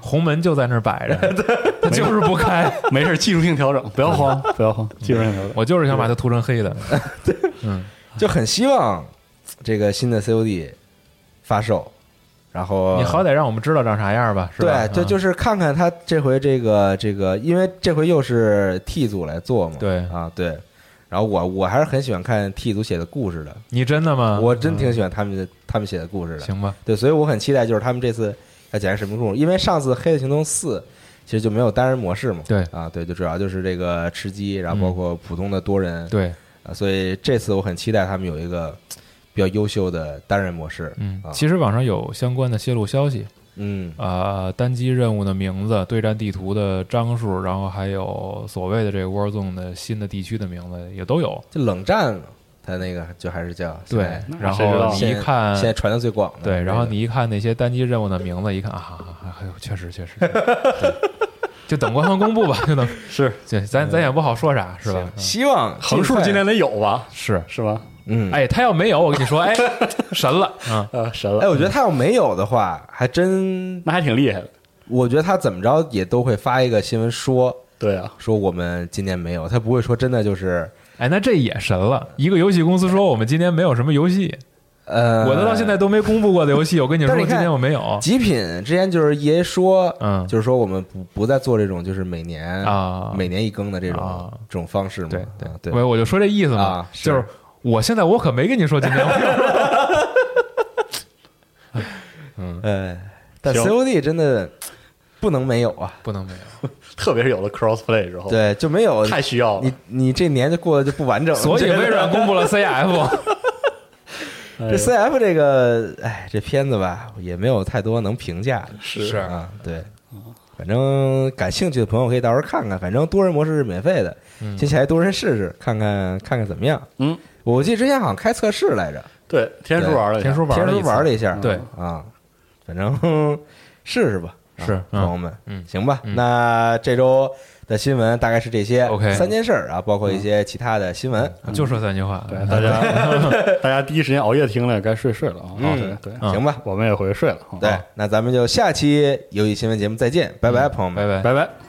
Speaker 3: 红门就在那儿 摆着，它就是不开。
Speaker 4: 没事，技术性调整，不要慌，不要慌，技术性调整。
Speaker 3: 我就是想把它涂成黑 的。嗯
Speaker 2: 就很希望这个新的 COD 发售，然后
Speaker 3: 你好歹让我们知道长啥样吧，啊是吧？
Speaker 2: 对对，就是是看看他这回这个这个，因为这回又是 T 组来做嘛，
Speaker 3: 对
Speaker 2: 啊对。然后我我还是很喜欢看 T 组写的故事的，
Speaker 3: 你真的吗？嗯
Speaker 2: 我真挺喜欢他们的他们写的故事的。
Speaker 3: 行吧，
Speaker 2: 对，所以我很期待就是他们这次要讲什么故事，因为上次《黑色行动四》其实就没有单人模式嘛，
Speaker 3: 对
Speaker 2: 啊对，就主要就是这个吃鸡，然后包
Speaker 3: 嗯
Speaker 2: 括普通的多人，
Speaker 3: 对，
Speaker 2: 啊，所以这次我很期待他们有一个比较优秀的单人模式。
Speaker 3: 嗯，
Speaker 2: 啊
Speaker 3: 其实网上有相关的泄露消息，
Speaker 2: 嗯
Speaker 3: 呃，单机任务的名字、对战地图的张数，然后还有所谓的这个 Warzone 的新的地区的名字也都有。
Speaker 2: 就冷战，他那个就还是叫现
Speaker 3: 对
Speaker 2: 在，
Speaker 3: 然
Speaker 4: 谁知
Speaker 3: 后
Speaker 4: 道
Speaker 3: 你一
Speaker 2: 现在
Speaker 3: 看
Speaker 2: 现，在传的最广的。
Speaker 3: 对，然后
Speaker 2: 这个
Speaker 3: 你一看那些单机任务的名字，一看啊，哎呦，确实确 实，对就等官方公布吧，就等
Speaker 4: 是
Speaker 3: 对，咱咱也不好说啥，是吧
Speaker 2: 行？希望
Speaker 4: 横
Speaker 2: 尽
Speaker 4: 竖
Speaker 2: 快
Speaker 4: 今天得有吧？
Speaker 3: 是，
Speaker 4: 是吧？
Speaker 2: 嗯哎
Speaker 3: 哎，他要没有，我跟你说，哎，神 了，嗯。
Speaker 4: 呃，神了，
Speaker 2: 哎，我觉得他要没有的话，还真
Speaker 4: 那还挺厉害的。
Speaker 2: 我觉得他怎么着也都会发一个新闻说
Speaker 4: 对啊，
Speaker 2: 说我们今年没有，他不会说真的就是
Speaker 3: 哎，那这也神了！一个游戏公司说我们今天没有什么游戏，
Speaker 2: 呃，
Speaker 3: 我都到现在。都没公布过的游戏，我跟你说
Speaker 2: 但是你
Speaker 3: 今
Speaker 2: 看
Speaker 3: 天我没有
Speaker 2: 极品之前就是爷说，
Speaker 3: 嗯
Speaker 2: 就是说我们不不再做这种就是每年
Speaker 3: 啊。
Speaker 2: 每年一更的这种、
Speaker 3: 啊
Speaker 2: 这种方式嘛。
Speaker 3: 对
Speaker 2: 对对
Speaker 3: 我我就说这意思嘛，
Speaker 2: 啊是
Speaker 3: 就是我现在我可没跟你说今天我有
Speaker 2: 呃，但
Speaker 4: 行
Speaker 2: COD 真的不能没有啊，
Speaker 3: 不能没有，
Speaker 4: 特别是有了 crossplay 之后，
Speaker 2: 对，就没有
Speaker 4: 太需要了
Speaker 2: 你。你这年就过得就不完整了。
Speaker 3: 所以
Speaker 2: 这
Speaker 3: 微软公 布了 CF，
Speaker 4: 哎
Speaker 2: 这 CF 这个，哎，这片子吧也没有太多能评价的
Speaker 4: 是
Speaker 3: 是哦
Speaker 2: 啊，对，反正感兴趣的朋友可以到时候看看，反正多人模式是免费的，
Speaker 3: 嗯
Speaker 2: 接下来多人试试，看看看看怎么样。
Speaker 4: 嗯，
Speaker 2: 我记得之前好像开测试来着，
Speaker 4: 对，天叔玩了一下，
Speaker 3: 天叔玩
Speaker 2: 天
Speaker 3: 了
Speaker 2: 都
Speaker 3: 一次
Speaker 2: 玩了一下，
Speaker 3: 对
Speaker 2: 啊，反正试试吧，啊
Speaker 3: 是
Speaker 2: 朋
Speaker 3: 嗯
Speaker 2: 友们，
Speaker 3: 嗯
Speaker 2: 行吧，
Speaker 3: 嗯
Speaker 2: 那这周的新闻大概是这些
Speaker 3: OK 嗯
Speaker 2: 三件事儿啊，包括一些其他的新闻，
Speaker 3: 就说三句话，
Speaker 4: 对大家 大家第一时间熬夜听了，也该睡睡了啊。
Speaker 2: 嗯
Speaker 4: 对对，
Speaker 3: 嗯
Speaker 2: 行吧，
Speaker 4: 我们也回去睡了。啊
Speaker 2: 对，，那咱们就下期游戏新闻节目再见，拜拜，朋友们，
Speaker 3: 嗯拜拜。
Speaker 4: 拜拜。